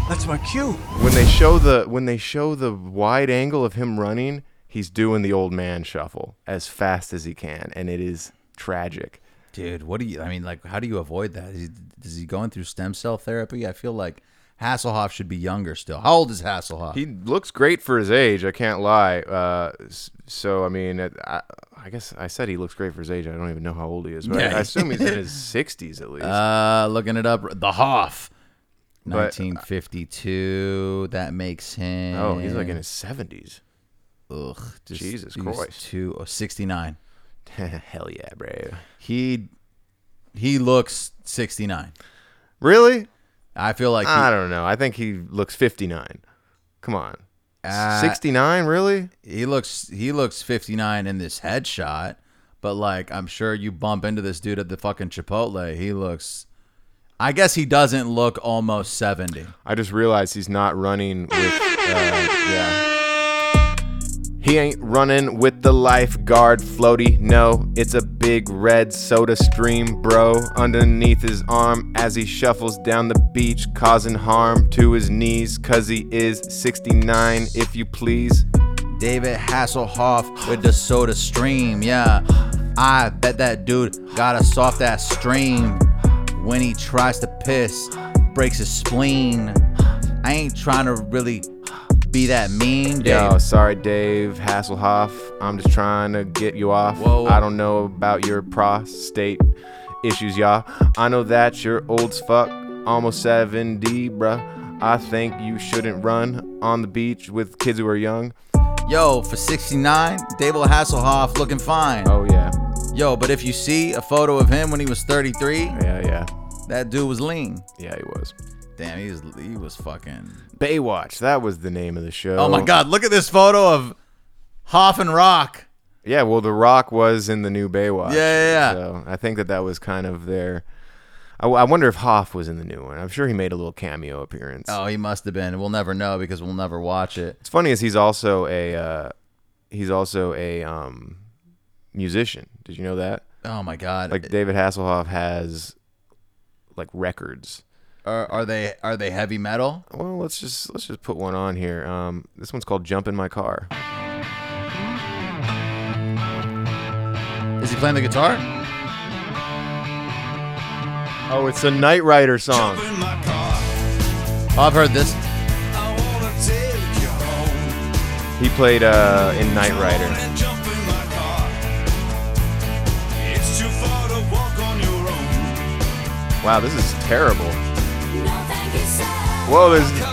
S11: That's my cue.
S4: when they show the when they show the wide angle of him running, he's doing the old man shuffle as fast as he can, and it is tragic.
S5: Dude, what do you? I mean, like, how do you avoid that? Is he, is he going through stem cell therapy? I feel like Hasselhoff should be younger still. How old is Hasselhoff?
S4: He looks great for his age. I can't lie. Uh, s- so I mean, it- I, I guess I said he looks great for his age. I don't even know how old he is, but I-
S5: Yeah.
S4: I assume
S5: [laughs]
S4: he's in his sixties at least.
S5: uh, looking it up, the Hoff,
S4: But- uh,
S5: nineteen fifty two. That makes him.
S4: oh, he's like in his seventies. [laughs]
S5: ugh, just,
S4: Jesus
S5: he was
S4: Christ.
S5: two oh, sixty nine.
S4: Hell yeah, bro.
S5: He he looks sixty nine.
S4: Really?
S5: I feel like he-
S4: I don't know. I think he looks fifty nine. Come on,
S5: Uh,
S4: sixty nine? Really?
S5: he looks he looks 59 in this headshot but like i'm sure you bump into this dude at the fucking chipotle he looks i guess he doesn't look almost 70
S4: I just realized he's not running with. Uh, yeah. He ain't running with the lifeguard floaty. No, it's a big red soda stream, bro. Underneath his arm as he shuffles down the beach, causing harm to his knees. Cause he is 69, if you please.
S5: david hasselhoff with the soda stream yeah i bet that dude got a soft ass stream when he tries to piss breaks his spleen i ain't trying to really be that mean
S4: Yo,
S5: Dave.
S4: sorry, Dave Hasselhoff. I'm just trying to get you off.
S5: Whoa, whoa.
S4: I don't know about your prostate issues, y'all. I know that you're old as fuck, almost 70, bruh. I think you shouldn't run on the beach with kids who are young.
S5: yo for 69 david hasselhoff looking fine
S4: Oh, yeah.
S5: Yo, but if you see a photo of him when he was 33,
S4: Yeah, yeah.
S5: that dude was lean.
S4: Yeah, he was.
S5: Damn, he was he was fucking.
S4: Baywatch, that was the name of the show.
S5: Oh, my God! Look at this photo of Hoff and Rock.
S4: Yeah, well, The Rock was in the new Baywatch.
S5: Yeah, yeah, yeah.
S4: So I think that that was kind of their. I, I wonder if Hoff was in the new one. I'm sure he made a little cameo appearance.
S5: Oh, he must have been. We'll never know because we'll never watch it.
S4: It's funny is he's also a uh, he's also a um, musician. Did you know that?
S5: Oh my God!
S4: Like David Hasselhoff has like records.
S5: are, are they are they heavy metal?
S4: Well, let's just let's just put one on here. Um, this one's called "Jump in My Car."
S5: Is he playing the guitar?
S4: Oh, it's a Knight Rider song.
S5: Oh, I've heard this.
S4: He played uh, in Knight Rider. Wow, this is terrible. Whoa, there's
S8: Ooh.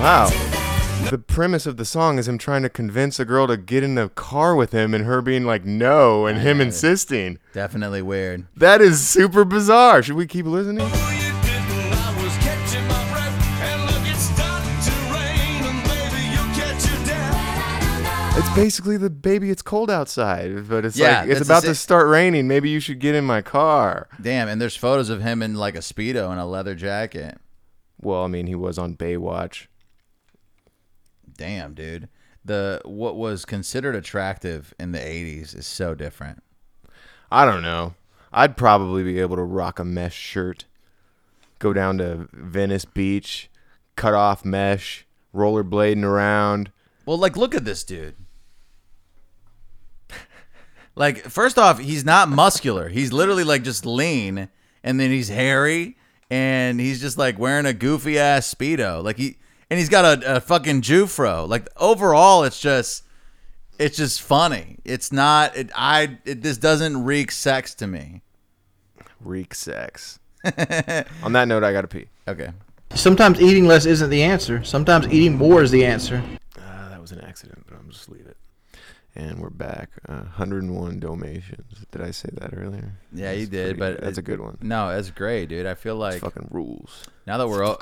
S4: Wow. The premise of the song is him trying to convince a girl to get in the car with him and her being like no and him insisting.
S5: Definitely weird.
S4: That is super bizarre. Should we keep listening? It's basically the baby it's cold outside, but it's
S5: Yeah,
S4: like it's
S5: that's
S4: about
S5: the
S4: to
S5: sa-
S4: start raining. Maybe you should get in my car.
S5: Damn, and there's photos of him in like a speedo and a leather jacket.
S4: Well, I mean, he was on Baywatch.
S5: Damn, dude. The what was considered attractive in the 80s is so different.
S4: I don't know. I'd probably be able to rock a mesh shirt, go down to Venice Beach, cut off mesh, rollerblading around.
S5: Well, like look at this dude. Like first off, he's not muscular. He's literally like just lean and then he's hairy and he's just like wearing a goofy ass speedo. Like he and he's got a, a fucking jufro. Like overall it's just it's just funny. It's not it, I it, this doesn't reek sex to me.
S4: Reek
S5: [laughs]
S4: sex. on that note, I gotta pee.
S5: Okay.
S12: Sometimes eating less isn't the answer. Sometimes eating more is the answer.
S4: Uh, that was an accident, but I'm just leave it. And we're back. Uh, 101 Dalmatians. Did I say that earlier?
S5: Yeah, you
S4: That's
S5: did,
S4: pretty-
S5: but
S4: that's a
S5: it-
S4: good one.
S5: No, that's great, dude. I feel like
S4: fucking rules.
S5: Now that we're o-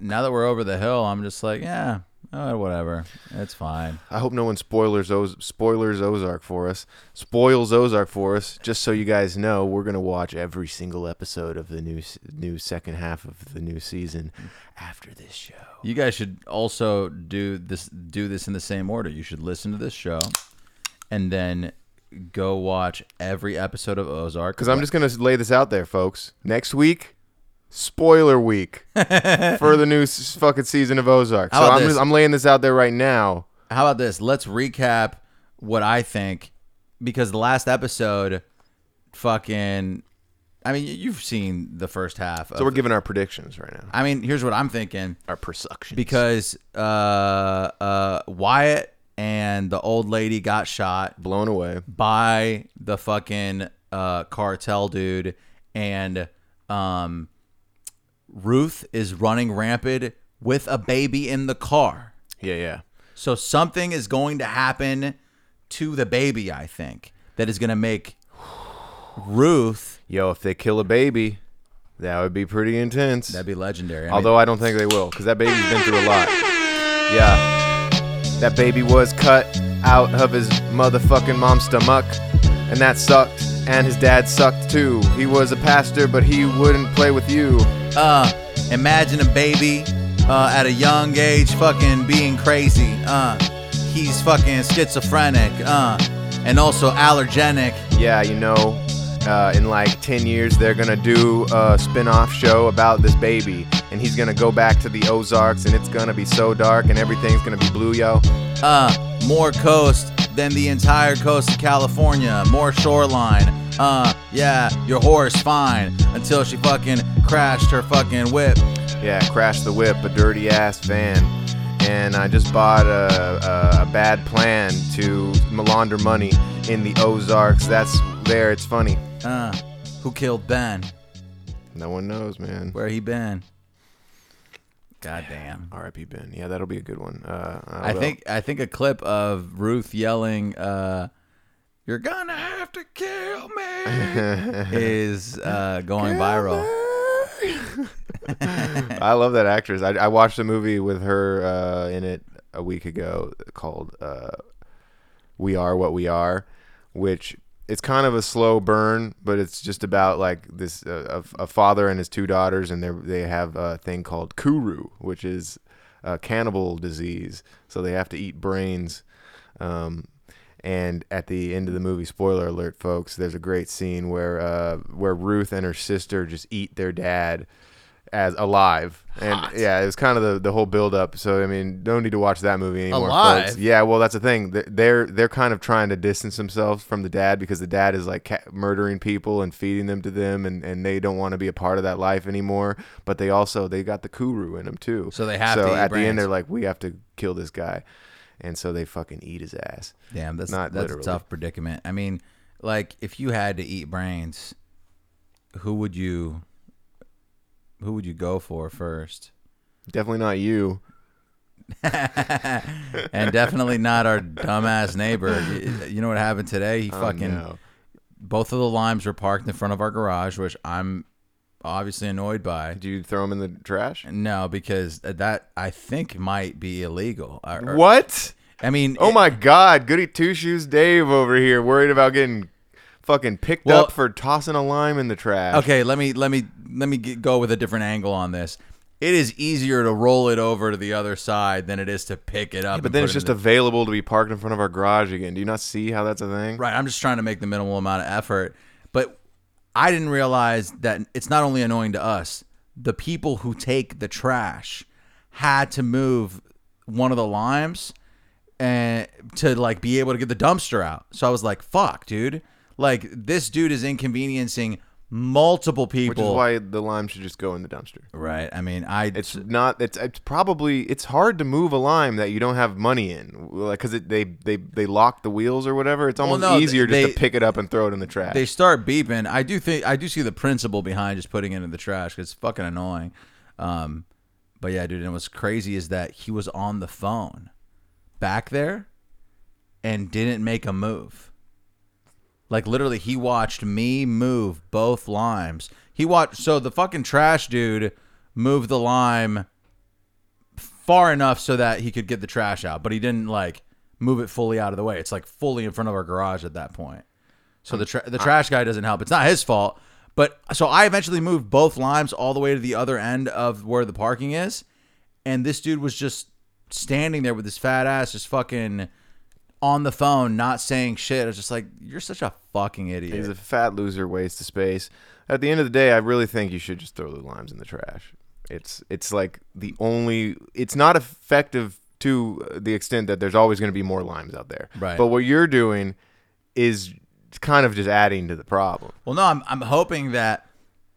S5: now that we're over the hill, I'm just like, yeah, uh, whatever, it's fine.
S4: I hope no one spoilers Oz- spoilers Ozark for us. Spoils Ozark for us. Just so you guys know, we're gonna watch every single episode of the new s- new second half of the new season after this show.
S5: You guys should also do this do this in the same order. You should listen to this show, and then go watch every episode of Ozark.
S4: Because I'm just gonna lay this out there, folks. Next week, spoiler [laughs] week for the new s- fucking season of Ozark.
S5: How
S4: So
S5: about
S4: I'm
S5: this?
S4: just, I'm laying this out there right now.
S5: How about this? Let's recap what I think because the last episode, fucking, I mean, you- you've seen the first half. Of
S4: So we're giving our predictions right now.
S5: I mean, here's what I'm thinking.
S4: Uh, Our persuction.
S5: Because uh, uh, Wyatt and the old lady got shot,
S4: blown away
S5: by the fucking uh, cartel dude, and um, Ruth is running rampant with a baby in the car.
S4: Yeah, yeah.
S5: So something is going to happen to the baby. I think that is going to make Ruth.
S4: Yo, if they kill a baby, that would be pretty intense. That'd
S5: be legendary. I
S4: Although I don't think they will, because that baby's been through a lot. Yeah. That baby was cut out of his motherfucking mom's stomach, and that sucked. And his dad sucked too. He was a pastor, but he wouldn't play with you.
S5: Uh, imagine a baby uh, at a young age fucking being crazy. Uh, he's fucking schizophrenic. Uh, and also allergenic.
S4: Yeah, you know, uh, in like 10 years, they're gonna do a spin off show about this baby, and he's gonna go back to the Ozarks, and it's gonna be so dark, and everything's gonna be blue, yo.
S5: uh, more coast than the entire coast of California, more shoreline. Uh, yeah, your horse fine until she fucking crashed her fucking whip.
S4: Yeah, crashed the whip, a dirty ass van. And I just bought a, a, a bad plan to launder money in the Ozarks. That's there, it's funny.
S5: Uh, who killed Ben?
S4: No one knows, man.
S5: Where he been? Goddamn.
S4: R.I.P. Ben. Yeah, that'll be a good one. Uh, I,
S5: I
S4: will.
S5: think I think a clip of Ruth yelling, uh, "You're gonna have to kill me," is uh, going viral.
S4: [laughs] I love that actress. I, I watched a movie with her uh, in it a week ago called uh, "We Are What We Are," which it's kind of a slow burn, but it's just about like this uh, a, a father and his two daughters, and they they have a thing called kuru, which is a cannibal disease. So they have to eat brains. Um, and at the end of the movie, spoiler alert, folks, there's a great scene where uh, where Ruth and her sister just eat their dad as alive, and yeah, it was kind of the, the whole build up. So I mean, no need to watch that movie anymore,
S5: Alive?
S4: folks. Yeah, well, that's the thing. Th- They're they're kind of trying to distance themselves from the dad because the dad is like ca- murdering people and feeding them to them, and, and they don't want to be a part of that life anymore. But they also they got the kuru in them too.
S5: So they have
S4: So
S5: to eat
S4: at the
S5: brains.
S4: end, they're like, we have to kill this guy, and so they fucking eat his ass.
S5: Damn, that's
S4: not
S5: that's
S4: literally.
S5: a tough predicament. I mean, like if you had to eat brains, who would you who would you go for first?
S4: Definitely not you. [laughs]
S5: and definitely not our dumbass neighbor. You- You know what happened today? He
S4: Oh,
S5: fucking
S4: no.
S5: both of the limes were parked in front of our garage, which I'm obviously annoyed by. Did
S4: you throw them in the trash?
S5: No, because that I think might be illegal. Or- or-
S4: What?
S5: I mean,
S4: oh my God, Goody Two Shoes Dave over here worried about getting fucking picked
S5: Well-
S4: up for tossing a lime in the trash.
S5: Okay, let me let me let me get, go with a different angle on this. It is easier to roll it over to the other side than it is to pick it up.
S4: but
S5: and
S4: then
S5: put
S4: it's
S5: it in
S4: just
S5: the-
S4: available to be parked in front of our garage again. Do you not see how that's a thing?
S5: Right. I'm just trying to make the minimal amount of effort. But I didn't realize that it's not only annoying to us, the people who take the trash had to move one of the limes and to like be able to get the dumpster out. So I was like, fuck, dude. Like this dude is inconveniencing multiple people.
S4: Which is why the lime should just go in the dumpster.
S5: Right. I mean, I.
S4: It's not. It's it's probably it's hard to move a lime that you don't have money in, like because they they they lock the wheels or whatever. It's
S5: Well,
S4: almost
S5: no,
S4: easier just
S5: they-
S4: to pick it up and throw it in the trash.
S5: They start beeping. I do think I do see the principle behind just putting it in the trash 'cause it's fucking annoying. Um, but yeah, dude, and what's crazy is that he was on the phone back there and didn't make a move. Like literally, he watched me move both limes. He watched so the fucking trash dude moved the lime far enough so that he could get the trash out, but he didn't like move it fully out of the way. It's like fully in front of our garage at that point. So the tra- the trash guy doesn't help. It's not his fault. But so I eventually moved both limes all the way to the other end of where the parking is, and this dude was just standing there with his fat ass, just fucking on the phone, not saying shit. I was just like, "You're such a fucking idiot."
S4: He's a fat loser, waste of space. At the end of the day, I really think you should just throw the limes in the trash. It's it's like the only. It's not effective to the extent that there's always going to be more limes out there.
S5: Right.
S4: But what you're doing is kind of just adding to the problem.
S5: Well, no, I'm I'm hoping that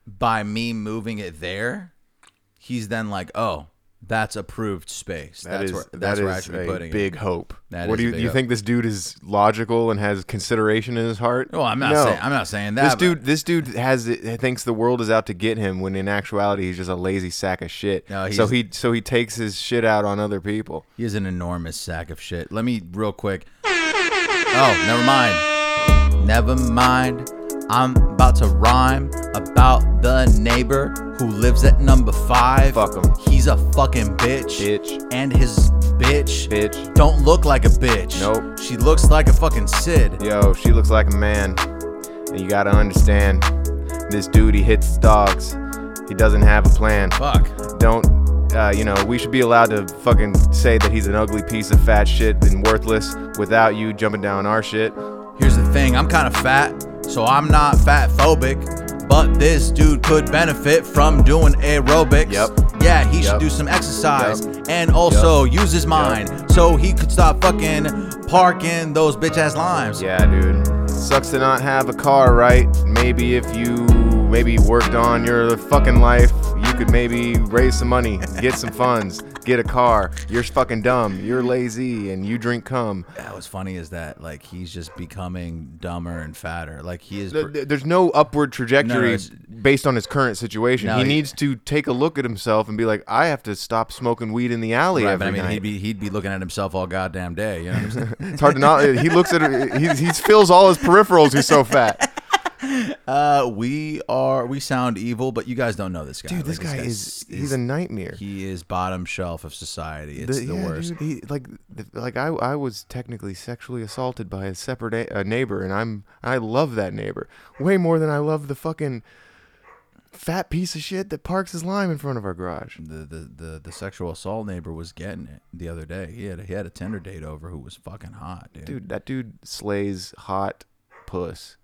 S5: by me moving it there, he's then like, oh, that's approved space.
S4: That
S5: that's
S4: is-
S5: where that's
S4: that
S5: where I
S4: is
S5: should be
S4: a
S5: putting
S4: big
S5: it.
S4: hope.
S5: That
S4: what
S5: is
S4: do
S5: a
S4: you
S5: big
S4: you
S5: hope.
S4: think this dude is logical and has consideration in his heart?
S5: Well, I'm not
S4: No.
S5: saying I'm not saying that.
S4: This
S5: but-
S4: dude, this dude has it, thinks the world is out to get him when in actuality he's just a lazy sack of shit.
S5: No,
S4: so
S5: he's-
S4: he so he takes his shit out on other people.
S5: He is an enormous sack of shit. Let me real quick. Oh, never mind. Never mind. I'm about to rhyme about the neighbor who lives at number five. Fuck him. He's a fucking bitch. Bitch. And his bitch. Bitch. Don't look like a bitch. Nope. She looks like a fucking Sid.
S4: Yo, she looks like a man. And you gotta understand, this dude, he hits dogs. He doesn't have a plan.
S5: Fuck.
S4: Don't, uh, you know, we should be allowed to fucking say that he's an ugly piece of fat shit and worthless without you jumping down our shit.
S5: Here's the thing, I'm kind of fat, so I'm not fat phobic. But this dude could benefit from doing aerobics. Yep. Yeah, he should do some exercise and also use his mind so he could stop fucking parking those bitch ass limes.
S4: Yeah, dude. Sucks to not have a car, right? Maybe if you maybe worked on your fucking life, you could maybe raise some money, get some funds, get a car. You're fucking dumb. You're lazy and you drink cum.
S5: That was funny is that like he's just becoming dumber and fatter. Like he is
S4: Th- th- There's no upward trajectory
S5: it's-
S4: based on his current situation.
S5: No,
S4: he
S5: he-
S4: needs to take a look at himself and be like, I have to stop smoking weed in the alley
S5: Right,
S4: every
S5: but I mean,
S4: night.
S5: he'd be he'd be looking at himself all goddamn day. You know what I'm saying?
S4: it's hard to not. He looks at it. He, he fills all his peripherals. He's so fat.
S5: Uh, we are we sound evil, but you guys don't know this guy.
S4: Dude, this guy
S5: guy's-
S4: is- he's a nightmare.
S5: He is bottom shelf of society. It's the,
S4: The- yeah,
S5: worst.
S4: dude, he, like, th- like I, I was technically sexually assaulted by a separate a, a neighbor, and I'm, I love that neighbor way more than I love the fucking fat piece of shit that parks his lime in front of our garage.
S5: The, the the the sexual assault neighbor was getting it the other day. He had a, he had a Tinder date over who was fucking hot, dude.
S4: Dude, that dude slays hot puss.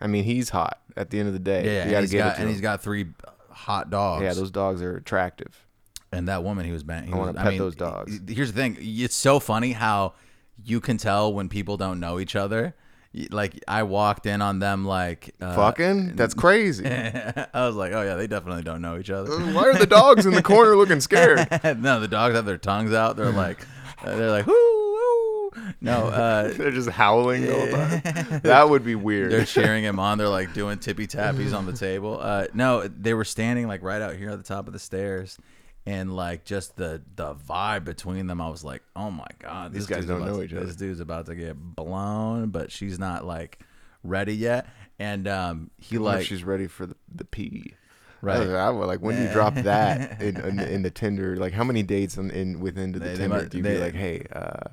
S4: I mean, he's hot at the end of the day.
S5: yeah,
S4: you
S5: and
S4: gotta
S5: he's
S4: give it
S5: got
S4: to
S5: and
S4: him.
S5: he's got three hot dogs.
S4: Yeah, those dogs are attractive.
S5: and that woman he was banging.
S4: I wanna pet those dogs.
S5: Here's the thing: it's so funny how you can tell when people don't know each other. Y- Like I walked in on them like uh,
S4: Fucking? That's crazy.
S5: [laughs] I was like, oh yeah, they definitely don't know each other.
S4: Why are the dogs in the corner looking
S5: [laughs]
S4: scared?
S5: no, the dogs have their tongues out. They're like, uh, they're like, whoo, whoo. No, uh,
S4: they're just howling the whole
S5: [laughs]
S4: time. That would be weird.
S5: They're cheering him on. They're like doing tippy tappies on the table. Uh, no, they were standing like right out here at the top of the stairs, and like just the the vibe between them. I was like, oh my god,
S4: These
S5: this
S4: guys
S5: dude's
S4: don't
S5: about
S4: know
S5: to-
S4: each other.
S5: This dude's about to get blown, but she's not like ready yet. And um, he
S4: I wonder if
S5: like
S4: she's ready for the, the pee.
S5: Right.
S4: I, I would, like when you
S5: [laughs]
S4: drop that in, in, in the Tinder, like how many dates in, in within to the
S5: They- they
S4: Tinder
S5: might-
S4: do you
S5: they-
S4: be like, hey? uh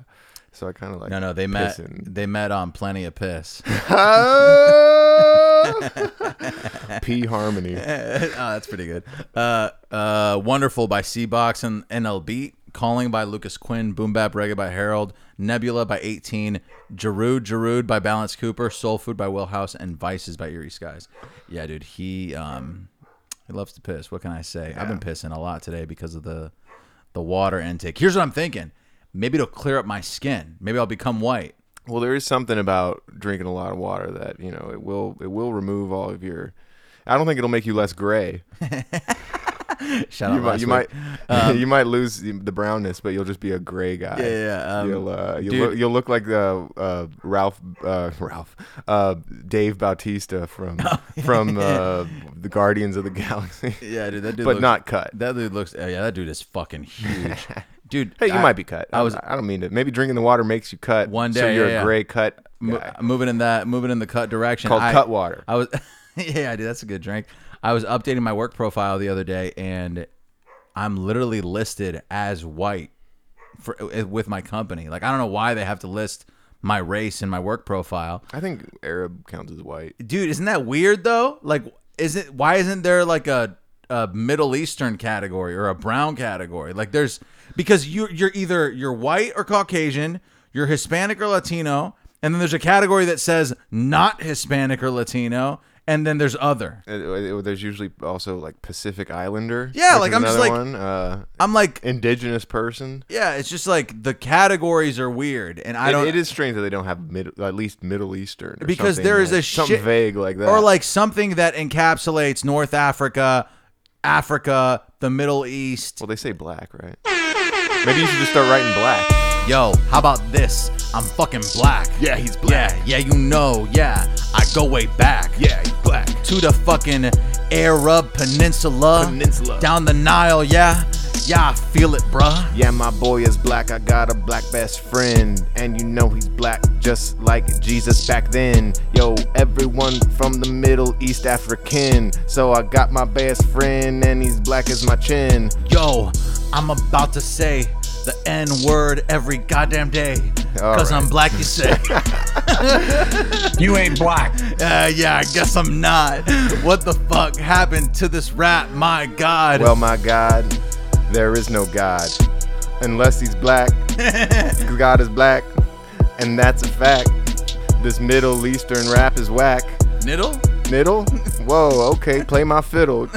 S4: So I kind of like
S5: no no they met
S4: pissing.
S5: [laughs] they met on plenty of piss.
S4: [laughs] P Harmony.
S5: [laughs] oh, that's pretty good. Uh, uh, Wonderful by Seabox and NL Beat. Calling by Lucas Quinn. Boom Bap Reggae by Harold. Nebula by 18. Jerude Jerude by Balance Cooper. Soul Food by Will House. And Vices by Eerie Skies. Yeah, dude, he um, he loves to piss. What can I say? I've been pissing a lot today because of the the water intake. Here's what I'm thinking. Maybe it'll clear up my skin. Maybe I'll become white.
S4: Well, there is something about drinking a lot of water that you know it will it will remove all of your. I don't think it'll make you less gray.
S5: Shout
S4: you
S5: out
S4: might
S5: last
S4: you might,
S5: week.
S4: [laughs]
S5: Um,
S4: you might lose the brownness, but you'll just be a gray guy.
S5: Yeah, yeah, um,
S4: you'll uh, you'll,
S5: dude.
S4: look, you'll look like uh, uh, Ralph uh, Ralph uh, Dave Bautista
S5: [laughs]
S4: from
S5: Oh,
S4: from uh, the Guardians of the Galaxy.
S5: Yeah, dude, that dude.
S4: but
S5: looks-
S4: not cut.
S5: That dude looks. oh, yeah, that dude
S4: [laughs]
S5: is fucking huge, dude.
S4: Hey, you
S5: I-
S4: might be cut.
S5: I was
S4: I don't mean to. Maybe drinking the water makes you cut.
S5: one day.
S4: so you're
S5: yeah, uh,
S4: a
S5: yeah.
S4: gray cut.
S5: Mo-
S4: guy.
S5: moving in that, moving in the cut direction.
S4: Called
S5: I,
S4: cut water.
S5: I was. [laughs] yeah, dude, that's a good drink. I was updating my work profile the other day, and I'm literally listed as white for eh, with my company. Like, I don't know why they have to list my race in my work profile.
S4: I think Arab counts as white.
S5: dude isn't that weird though like is it why isn't there like a, a middle eastern category or a brown category like there's because you you're either you're white or caucasian you're hispanic or latino and then there's a category that says not hispanic or latino and then there's other
S4: Uh, uh, there's usually also like Pacific Islander.
S5: Yeah,
S4: which
S5: like,
S4: is
S5: I'm just
S4: another
S5: like-
S4: one. Uh,
S5: I'm like
S4: indigenous person.
S5: yeah it's just like the categories are weird and i
S4: It-
S5: don't
S4: it is strange that they don't have mid, at least Middle Eastern or
S5: because
S4: something
S5: there is
S4: like-
S5: a
S4: something
S5: shit-
S4: vague like that
S5: or like something that encapsulates north africa africa the middle east well
S4: they say black right Maybe you should just start writing black.
S5: Yo, how about this? I'm fucking black.
S4: Yeah, he's black.
S5: Yeah, yeah, you know, yeah. I go way back.
S4: Yeah, he's black.
S5: To the fucking Arab Peninsula.
S4: Peninsula.
S5: Down the Nile, yeah. Yeah, I feel it, bruh.
S4: Yeah, my boy is black. I got a black best friend. And you know he's black just like Jesus back then. Yo, everyone from the Middle East African. So I got my best friend and he's black as my chin.
S5: Yo, I'm about to say the N word every goddamn day.
S4: All
S5: Cause I'm
S4: right.
S5: black,
S4: [laughs]
S5: you say.
S2: You ain't black.
S5: Uh, yeah, I guess I'm not. What the fuck happened to this rap? My god.
S4: Well, my God, there is no God. Unless he's black. God is black. And that's a fact. This Middle Eastern rap is whack.
S5: Niddle?
S4: Niddle? Whoa, okay, play my fiddle.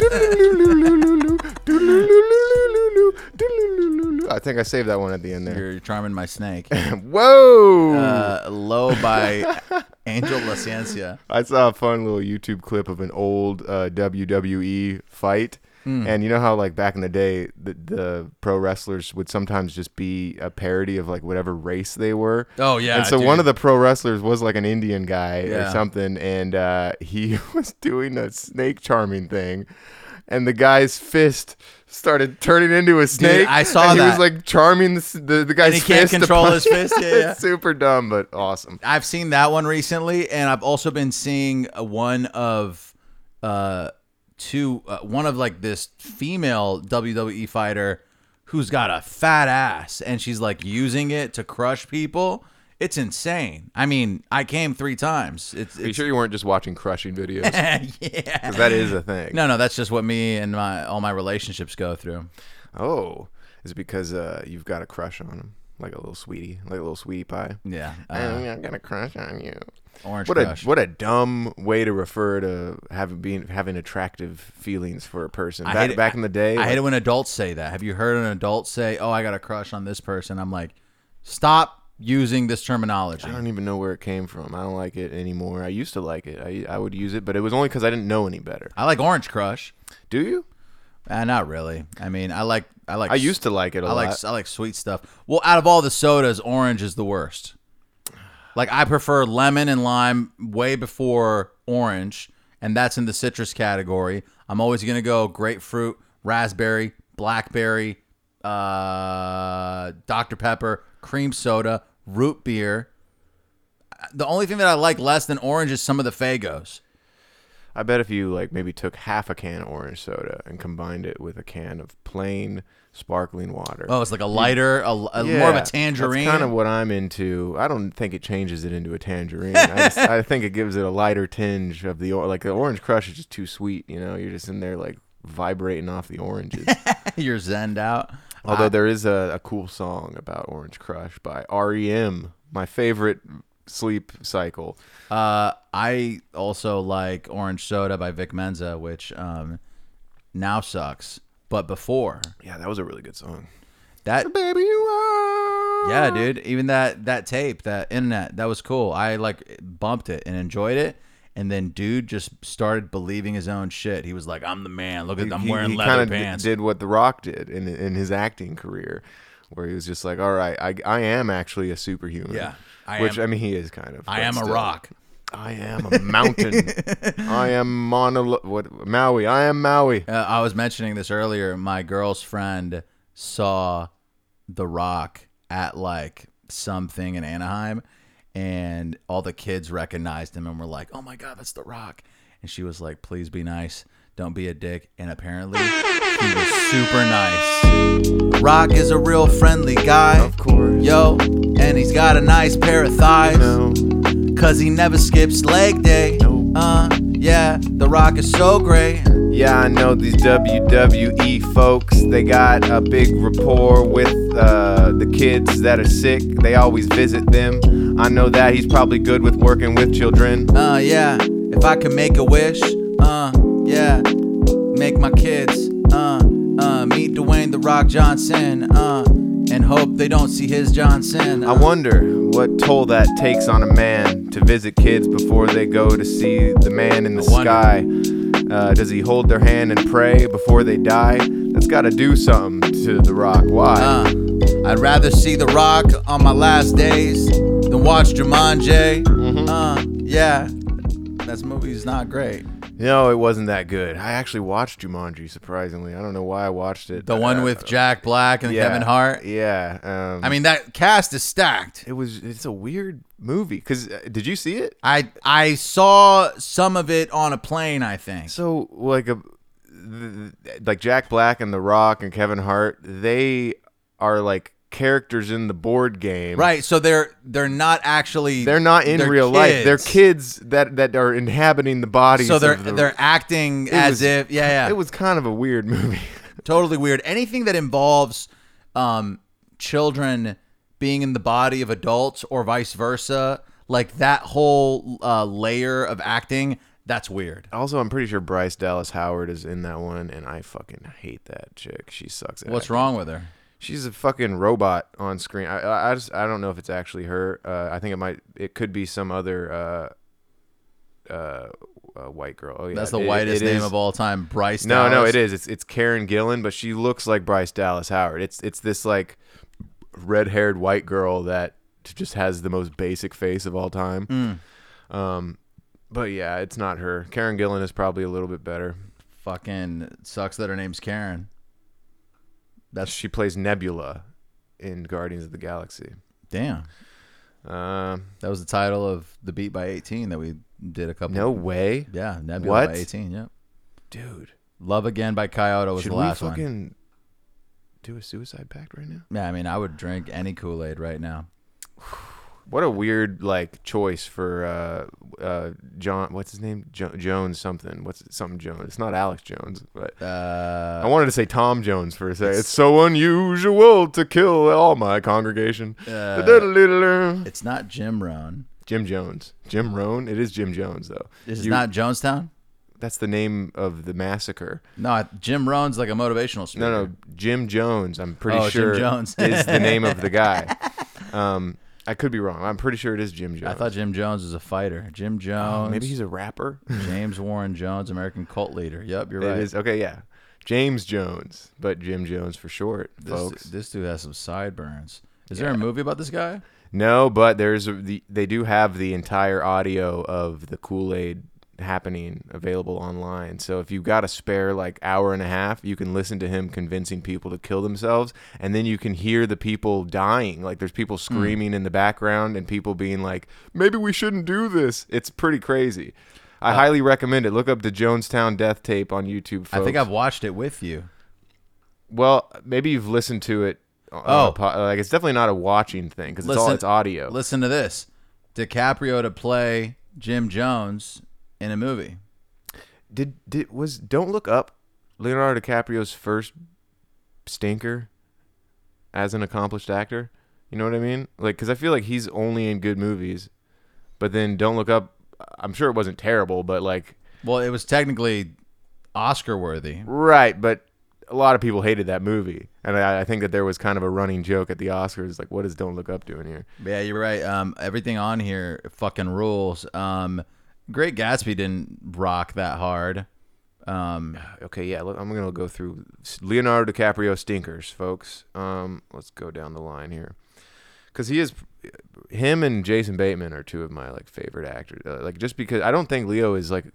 S4: I think I saved that one at the end there.
S5: You're charming my snake.
S4: Whoa!
S5: Uh, Low by [laughs] Angel Lacencia.
S4: I saw a fun little YouTube clip of an old uh, WWE fight.
S5: Hmm.
S4: And you know how, like, back in the day, the, the pro wrestlers would sometimes just be a parody of, like, whatever race they were.
S5: Oh, yeah,
S4: And so one
S5: dude.
S4: of the pro wrestlers was, like, an Indian guy
S5: Yeah.
S4: or something. And uh, he [laughs] was doing a snake charming thing. And the guy's fist started turning into a snake.
S5: I saw
S4: and He was,
S5: that.
S4: like, charming the, s- the, the guy's
S5: he
S4: fist.
S5: can't
S4: to
S5: control
S4: punch-
S5: his fist, yeah,
S4: [laughs]
S5: yeah.
S4: it's super dumb, but awesome.
S5: I've seen that one recently, and I've also been seeing uh, one of uh, two, uh, one of like this female WWE fighter who's got a fat ass, and she's like using it to crush people. It's insane. I mean, I came three times. It's,
S4: Are you
S5: it's
S4: sure you weren't just watching crushing videos?
S5: [laughs] yeah,
S4: 'Cause that
S5: [laughs]
S4: is a thing.
S5: No, no, that's just what me and my all my relationships go through.
S4: Oh, is it because uh, you've got a crush on him, like a little sweetie, like a little sweetie pie?
S5: Yeah,
S4: I
S5: uh,
S4: mean, I got a crush on you.
S5: Orange
S4: what
S5: crush.
S4: a what a dumb way to refer to having being having attractive feelings for a person.
S5: I
S4: Back,
S5: hate it-
S4: back in the day,
S5: I hate
S4: like-
S5: it when adults say that. Have you heard an adult say, "Oh, I got a crush on this person"? I'm like, stop using this terminology.
S4: I don't even know where it came from. I don't like it anymore. I used to like it. I I would use it, but it was only because I didn't know any better.
S5: I like Orange Crush.
S4: Do you?
S5: Uh, not really. I mean, I like I like.
S4: I used to like it a
S5: I like
S4: lot.
S5: I like sweet stuff. Well, out of all the sodas, orange is the worst. Like I prefer lemon and lime way before orange, and that's in the citrus category. I'm always gonna go grapefruit, raspberry, blackberry, uh, Dr. Pepper, cream soda, root beer. The only thing that I like less than orange is some of the Fagos.
S4: I bet if you like maybe took half a can of orange soda and combined it with a can of plain sparkling water.
S5: Oh, it's like a lighter, a- a- more of a tangerine?
S4: That's kind of what I'm into. I don't think it changes it into a tangerine. I, just,
S5: [laughs]
S4: I think it gives it a lighter tinge of the or- like the orange crush is just too sweet. You know, you're just in there like vibrating off the
S5: [laughs]
S4: oranges.
S5: [laughs] You're zenned out.
S4: Although there is a, a cool song about Orange Crush by REM, my favorite sleep cycle.
S5: Uh, I also like Orange Soda by Vic Menza, which um, now sucks, but before.
S4: Yeah, that was a really good song.
S5: That
S4: baby you are.
S5: Yeah, dude. Even that that tape, that internet, that was cool. I like bumped it and enjoyed it. And then dude just started believing his own shit. He was like, "I'm the man. Look at I'm
S4: He-
S5: wearing
S4: he
S5: leather
S4: kinda d-
S5: pants."
S4: Did what The Rock did in in his acting career, where he was just like, "All right, I, I am actually a superhuman."
S5: Yeah, I
S4: which
S5: am-
S4: I mean, he is kind of.
S5: I
S4: but
S5: am a
S4: still.
S5: rock.
S4: I am a
S5: [laughs]
S4: mountain. I am Mauna Lo- what Maui. I am Maui.
S5: Uh, I was mentioning this earlier. My girl's friend saw The Rock at like something in Anaheim, and all the kids recognized him and were like, "Oh my god, that's The Rock!" And she was like, "Please be nice. Don't be a dick." And apparently, he was super nice. Rock is a real friendly guy, of
S4: course.
S5: Yo, and he's got a nice pair of thighs. Cause he never skips leg day. Uh, yeah, The Rock is so great.
S4: Yeah, I know these WWE folks. They got a big rapport with uh, the kids that are sick. They always visit them. I know that he's probably good with working with children.
S5: Uh, yeah. If I could make a wish, uh, yeah. Make my kids, uh, uh, meet Dwayne The Rock Johnson, uh, and hope they don't see his Johnson. uh.
S4: I wonder what toll that takes on a man to visit kids before they go to see the man in the sky. Uh, does he hold their hand and pray before they die? That's got to do something to The Rock. Why?
S5: Uh, I'd rather see The Rock on my last days than watch Jumanji. Uh, yeah. That's movie's not great.
S4: No, it wasn't that good. I actually watched Jumanji. Surprisingly, I don't know why I watched it.
S5: The one
S4: Uh,
S5: with Jack Black and
S4: yeah,
S5: Kevin Hart.
S4: Yeah. Um,
S5: I mean, that cast is stacked.
S4: It was. It's a weird movie. Cause uh, did you see it?
S5: I I saw some of it on a plane. I think.
S4: So like a, th- th- like Jack Black and The Rock and Kevin Hart, they are like characters in the board game.
S5: Right, so they're they're not actually
S4: They're not in real life. They're kids that that are inhabiting the bodies.
S5: so they're
S4: of the-
S5: they're acting
S4: It
S5: as
S4: was-
S5: if yeah
S4: [laughs]
S5: yeah.
S4: It was kind of a weird movie.
S5: totally weird. Anything that involves um, children being in the body of adults or vice versa, like that whole uh, layer of acting, that's weird.
S4: Also, I'm pretty sure Bryce Dallas Howard is in that one, and I fucking hate that chick. She sucks. At
S5: What's
S4: acting.
S5: wrong with her?
S4: She's a fucking robot on screen. I- I, I just I don't know if it's actually her. Uh, I think it might. It could be some other uh, uh, uh, white girl. Oh yeah,
S5: That's the
S4: it- it
S5: whitest name
S4: is-
S5: of all time, Bryce.
S4: No, no,
S5: Dallas.
S4: it is. It's it's Karen Gillan, but she looks like Bryce Dallas Howard. It's it's this like red-haired white girl that just has the most basic face of all time.
S5: Hmm.
S4: Um, but yeah, it's not her. Karen Gillan is probably a little bit better.
S5: Fucking sucks that her name's Karen. That's
S4: she plays Nebula in Guardians of the Galaxy.
S5: Damn.
S4: Um,
S5: that was the title of the beat by 18 that we did a couple.
S4: No way.
S5: Yeah, Nebula by
S4: What?
S5: 18. Yep.
S4: Dude.
S5: Love Again by Coyote was
S4: Should
S5: the
S4: we
S5: last
S4: fucking
S5: one.
S4: do a suicide pact right now?
S5: Yeah, I mean, I would drink any Kool Aid right now.
S4: What a weird like choice for uh, uh, John. What's his name? Jo- Jones something. What's something Jones? It's not Alex Jones, but
S5: uh,
S4: I wanted to say Tom Jones for a second. It's, so unusual to kill all my congregation.
S5: Uh,
S4: it's
S5: not Jim Rohn.
S4: Jim Jones. Jim Rohn. It is Jim Jones though.
S5: This is
S4: You-
S5: not Jonestown?
S4: That's the name of the massacre.
S5: No, I- Jim Rohn's like a motivational speaker.
S4: No, no, Jim Jones. I'm pretty
S5: Oh, Jim
S4: sure
S5: Jones.
S4: is
S5: [laughs]
S4: the name of the guy. Um, I could be wrong. I'm pretty sure it is Jim Jones.
S5: I thought Jim Jones was a fighter. Jim Jones.
S4: Oh, maybe he's a [laughs] rapper.
S5: James Warren Jones, American cult leader. Yep, you're
S4: It
S5: right.
S4: is- okay, yeah. James Jones, but Jim Jones for short,
S5: This-
S4: folks.
S5: This dude has some sideburns. Is there a movie about this guy?
S4: No, but there's a, the, they do have the entire audio of the Kool Aid happening available online. So if you've got a spare like hour and a half, you can listen to him convincing people to kill themselves and then you can hear the people dying. Like there's people
S5: Hmm.
S4: screaming in the background and people being like, "Maybe we shouldn't do this." It's pretty crazy. I
S5: Uh,
S4: highly recommend it. Look up the Jonestown Death Tape on YouTube. Folks.
S5: I think I've watched it with you.
S4: Well, maybe you've listened to it. on
S5: Oh.
S4: a po- like it's definitely not a watching thing because it's all it's audio.
S5: Listen to this: DiCaprio to play Jim Jones in a movie.
S4: Did did was Don't Look Up Leonardo DiCaprio's first stinker as an accomplished actor? You know what I mean? Like cuz I feel like he's only in good movies. But then Don't Look Up I'm sure it wasn't terrible, but like
S5: well, it was technically Oscar worthy.
S4: Right, but a lot of people hated that movie. And I, I think that there was kind of a running joke at the Oscars like what is Don't Look Up doing here?
S5: Yeah, you're right. Um, everything on here fucking rules. Um, Great Gatsby didn't rock that hard. Um,
S4: okay, yeah, look, I'm gonna go through Leonardo DiCaprio stinkers, folks. Um, let's go down the line here, because he is, him and Jason Bateman are two of my like favorite actors. Uh, like just because I don't think Leo is like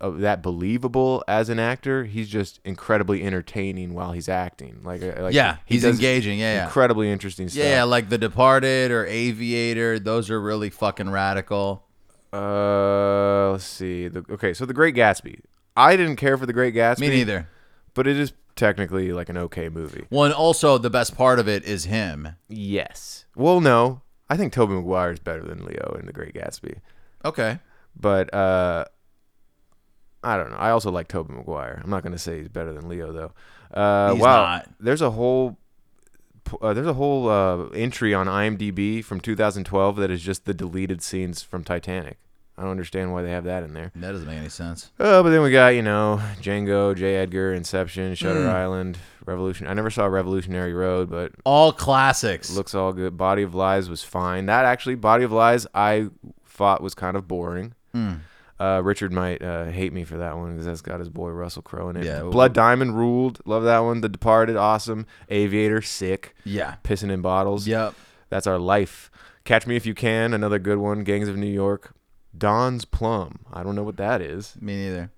S4: uh, that believable as an actor. He's just incredibly entertaining while he's acting. Like, uh, like
S5: yeah,
S4: he
S5: he's
S4: does
S5: engaging. Yeah, yeah.
S4: incredibly interesting stuff.
S5: Yeah, yeah, like The Departed or Aviator. Those are really fucking radical.
S4: Uh, let's see. The, okay, so The Great Gatsby. I didn't care for The Great Gatsby.
S5: Me neither.
S4: But it is technically like an okay movie.
S5: Well, and also the best part of it is him.
S4: Yes. Well, no, I think Toby Maguire is better than Leo in The Great Gatsby.
S5: Okay.
S4: But uh, I don't know. I also like Toby Maguire. I'm not going to say he's better than Leo though. Uh,
S5: He's
S4: wow.
S5: not.
S4: There's a whole uh, there's a whole uh, entry on IMDb from 2012 that is just the deleted scenes from Titanic. I don't understand why they have that in there.
S5: That doesn't make any sense.
S4: Oh, but then we got you know Django, J. Edgar, Inception, Shutter
S5: Mm.
S4: Island, Revolution. I never saw Revolutionary Road, but
S5: all classics.
S4: Looks all good. Body of Lies was fine. That actually, Body of Lies, I thought was kind of boring.
S5: Mm.
S4: Uh, Richard might uh, hate me for that one because that's got his boy Russell Crowe in it.
S5: Yeah.
S4: Blood Diamond ruled. Love that one. The Departed, awesome. Aviator, sick.
S5: Yeah.
S4: Pissing in bottles.
S5: Yep.
S4: That's our life. Catch Me If You Can, another good one. Gangs of New York. Don's Plum. I don't know what that is.
S5: Me neither.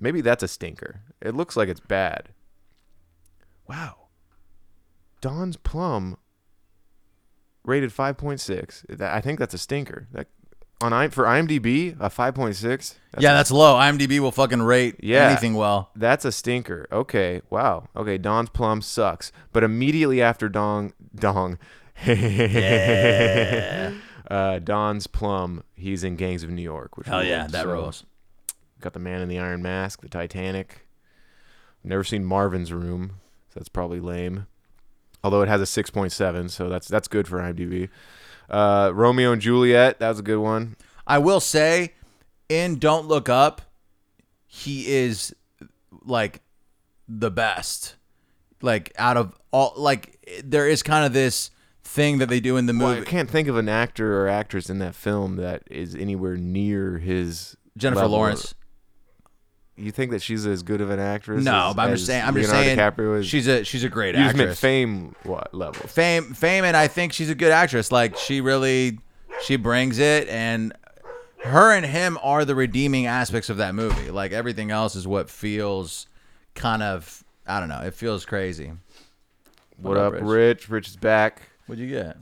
S4: Maybe that's a stinker. It looks like it's bad. Wow. Don's Plum rated 5.6. That- I think that's a stinker. That on I, for IMDb, a 5.6.
S5: yeah, that's low. IMDb will fucking rate
S4: Yeah.
S5: anything well.
S4: That's a stinker. Okay. Wow. Okay. Don's Plum sucks. But immediately after Dong, Dong, [laughs]
S5: Yeah.
S4: uh, Don's Plum, he's in Gangs of New York. Which
S5: Hell yeah, that
S4: So,
S5: rules.
S4: Got the Man in the Iron Mask, the Titanic. Never seen Marvin's Room, so that's probably lame. Although it has a 6.7, so that's that's good for IMDb. Uh, Romeo and Juliet, that was a good one.
S5: I will say, in Don't Look Up, he is like the best. Like out of all, like there is kind of this thing that they do in the
S4: Well,
S5: movie.
S4: I can't think of an actor or actress in that film that is anywhere near his
S5: Jennifer
S4: level.
S5: Lawrence.
S4: You think that she's as good of an actress?
S5: No,
S4: as-
S5: but I'm just
S4: as
S5: saying. I'm just
S4: Leonardo
S5: saying.
S4: DiCaprio is?
S5: she's a she's a great
S4: You just meant
S5: actress.
S4: fame what level?
S5: fame fame and I think she's a good actress. Like she really she brings it and her and him are the redeeming aspects of that movie. Like everything else is what feels kind of I don't know, it feels crazy.
S4: What up, Rich? Rich is back.
S5: What'd you get?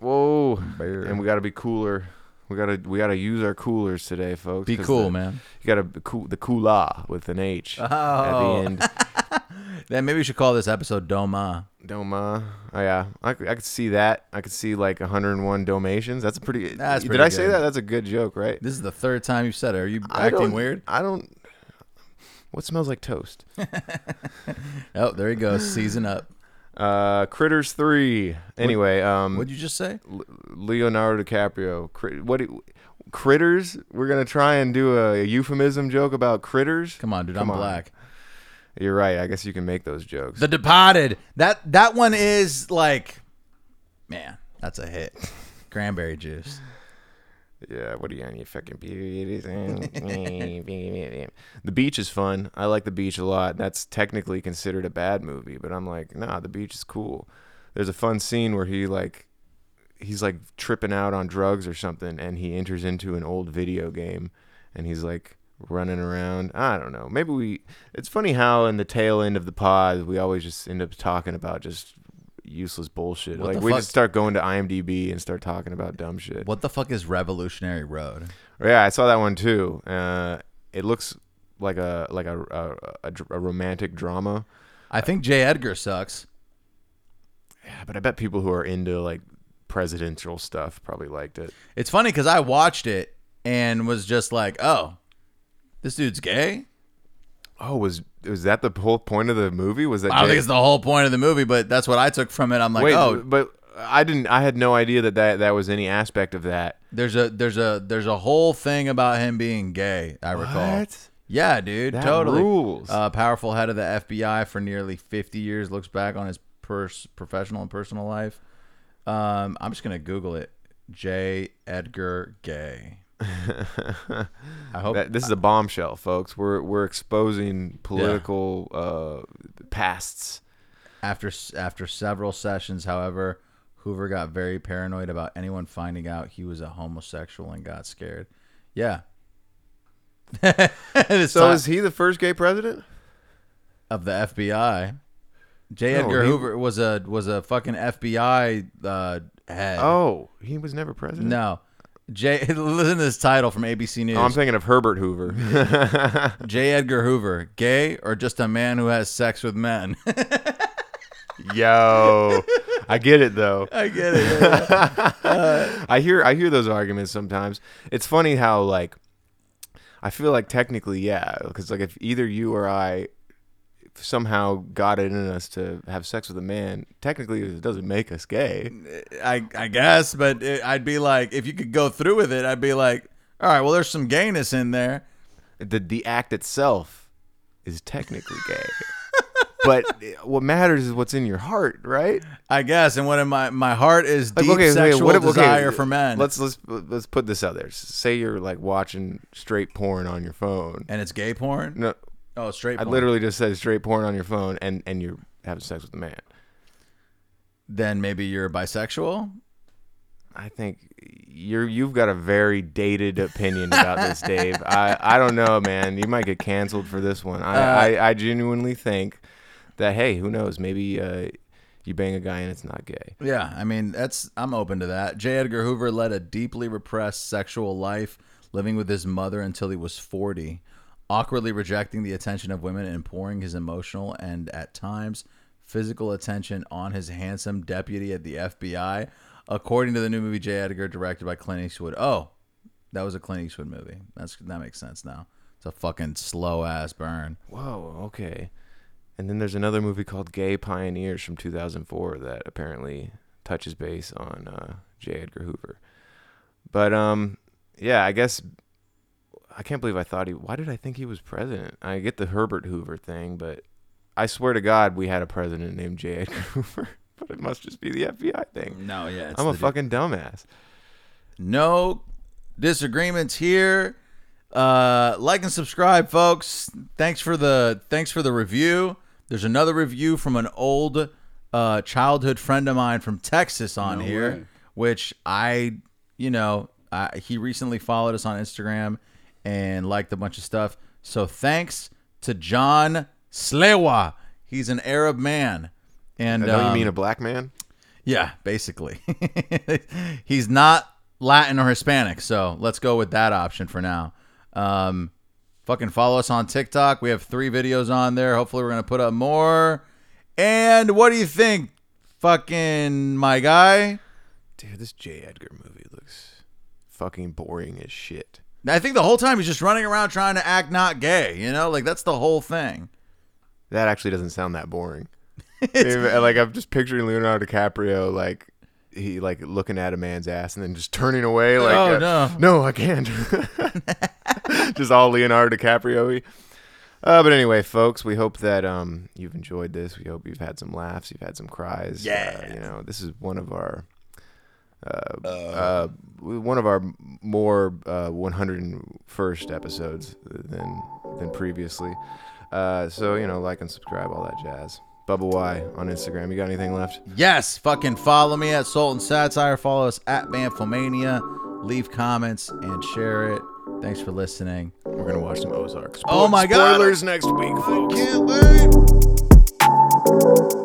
S4: Whoa! And we got to be cooler. We gotta we gotta use our coolers today, folks.
S5: Be
S4: 'cause
S5: cool,
S4: the-
S5: man.
S4: You gotta be cool the coolah with an H
S5: Oh. [laughs]
S4: at the end.
S5: Then maybe we should call this episode Doma.
S4: Doma. Oh, yeah, I, c- I could see that. I could see like 101 Dalmatians. That's a pretty.
S5: That's
S4: did
S5: pretty
S4: I say
S5: good.
S4: that? That's a good joke, right?
S5: This is the third time you've said it. Are you
S4: I
S5: acting
S4: don't-
S5: weird?
S4: I don't What smells like toast?
S5: Oh, there he goes. Season up.
S4: Uh, Critters three. Anyway, um,
S5: [laughs] what'd you just say?
S4: L- Leonardo DiCaprio. Crit- what? do- critters? We're gonna try and do a, euphemism joke about critters. Come
S5: on, dude. I'm black.
S4: You're right. I guess you can make those jokes.
S5: The Departed. That that one is like man, that's a hit. Cranberry juice.
S4: Yeah, what are you on your fucking beauty? [laughs] the beach is fun. I like the beach a lot. That's technically considered a bad movie, but I'm like, nah, the beach is cool. There's a fun scene where he like he's like tripping out on drugs or something and he enters into an old video game and he's like running around. I don't know. Maybe we. It's funny how in the tail end of the pod we always just end up talking about just useless bullshit.
S5: What
S4: like
S5: the
S4: we
S5: fuck?
S4: just start going to IMDb and start talking about dumb shit.
S5: What the fuck is Revolutionary Road?
S4: Yeah, I saw that one too. Uh, it looks like a like a a, a, dr- a romantic drama.
S5: I think J. Edgar sucks.
S4: Yeah, but I bet people who are into like presidential stuff probably liked it.
S5: It's funny because I watched it and was just like, oh, this dude's gay.
S4: Oh, was was that the whole point of the movie? Was that
S5: I don't
S4: Jay-
S5: think it's the whole point of the movie, but that's what I took from it. I'm like,
S4: Wait,
S5: oh,
S4: but I didn't. I had no idea that, that that was any aspect of that.
S5: there's a there's a there's a whole thing about him being gay. I recall.
S4: What?
S5: Yeah, dude,
S4: That
S5: totally.
S4: rules.
S5: Uh, powerful head of the FBI for nearly 50 years looks back on his pers- professional and personal life. Um, I'm just gonna Google it. J. Edgar
S4: [laughs]
S5: Gay.
S4: I
S5: hope-
S4: that, this is a bombshell, folks. We're we're exposing political uh, pasts.
S5: After s- after several sessions, however, Hoover got very paranoid about anyone finding out he was a homosexual and got scared. Yeah. [laughs]
S4: So is he the first gay president?
S5: of the FBI. J.
S4: No,
S5: Edgar
S4: he-
S5: Hoover was a was a fucking FBI uh, head.
S4: Oh, he was never president.
S5: No. J. [laughs] Listen to this title from ABC News.
S4: Oh, I'm thinking of Herbert
S5: [laughs]
S4: Hoover.
S5: J. Edgar Hoover, gay or just a man who has sex with men? [laughs]
S4: Yo, I get it though.
S5: I get
S4: [laughs]
S5: it, yeah. Uh,
S4: I hear I hear those arguments sometimes. It's funny how like I feel like technically yeah, because like if either you or I somehow got it in us to have sex with a man, technically it doesn't make us gay.
S5: I I guess, but it, I'd be like, if you could go through with it, I'd be like, all right, well, there's some gayness in there.
S4: The the act itself is technically
S5: [laughs]
S4: gay. but what matters is what's in your heart, right?
S5: I guess, and what in my my heart is
S4: Like,
S5: deep sexual desire for men.
S4: Let's let's let's put this out there. S- Say you're like watching straight porn on your phone,
S5: and it's gay porn.
S4: No,
S5: Oh, straight.
S4: I
S5: porn.
S4: literally just said straight porn on your phone, and and you're having sex with a man.
S5: Then maybe you're bisexual.
S4: I think you're you've got a very dated opinion about this, Dave. I I don't know, man. You might get canceled for this one. I I, I genuinely think that hey, who knows? Maybe uh, you bang a guy and it's not gay.
S5: Yeah, I mean that's I'm open to that. J. Edgar Hoover led a deeply repressed sexual life, living with his mother until he was 40, awkwardly rejecting the attention of women and pouring his emotional and at times physical attention on his handsome deputy at the FBI, according to the new movie J. Edgar directed by Clint Eastwood. Oh, that was a Clint Eastwood movie. That's that makes sense now. It's a fucking slow ass burn.
S4: Whoa, okay. And then there's another movie called Gay Pioneers from 2004 that apparently touches base on uh, J. Edgar Hoover. But um, yeah, I guess I can't believe I thought he. Why did I think he was president? I get the Herbert Hoover thing, but I swear to God, we had a president named J. Edgar [laughs] Hoover. But it must just be the FBI thing.
S5: No, yeah, it's
S4: I'm a
S5: the-
S4: fucking dumbass.
S5: No disagreements here. Uh, like and subscribe, folks. Thanks for the thanks for the review. There's another review from an old uh, childhood friend of mine from Texas on
S12: No
S5: here,
S12: way.
S5: which I, you know, I, he recently followed us on Instagram and liked a bunch of stuff. So thanks to John Slewa. He's an Arab man, and
S4: I know you
S5: um,
S4: mean a black man.
S5: yeah, basically. [laughs] He's not Latin or Hispanic, so let's go with that option for now. Um, fucking follow us on TikTok. We have three videos on there. Hopefully, we're going to put up more. And what do you think, fucking my guy?
S4: Dude, this J. Edgar movie looks fucking boring as shit.
S5: I think the whole time he's just running around trying to act not gay, you know? Like, that's the whole thing.
S4: That actually doesn't sound that [laughs] boring. Even- like I'm just picturing Leonardo DiCaprio like he like looking at a man's ass and then just turning away like
S5: Oh,
S4: uh, no I can't [laughs] just all Leonardo DiCaprio y. Uh, but anyway folks we hope that um you've enjoyed this we hope you've had some laughs you've had some cries yeah you know this is one of our uh, uh, one of our more uh, 101st episodes than than previously. Uh, so you know, like and subscribe, all that jazz. Bubba Y on Instagram. You got anything left?
S5: Yes, fucking follow me at Salt and Satire. Follow us at Banfomania. Leave comments and share it. Thanks for listening.
S4: We're gonna watch some Ozarks.
S5: Oh my god!
S4: Spoilers next week, folks.
S5: can't wait.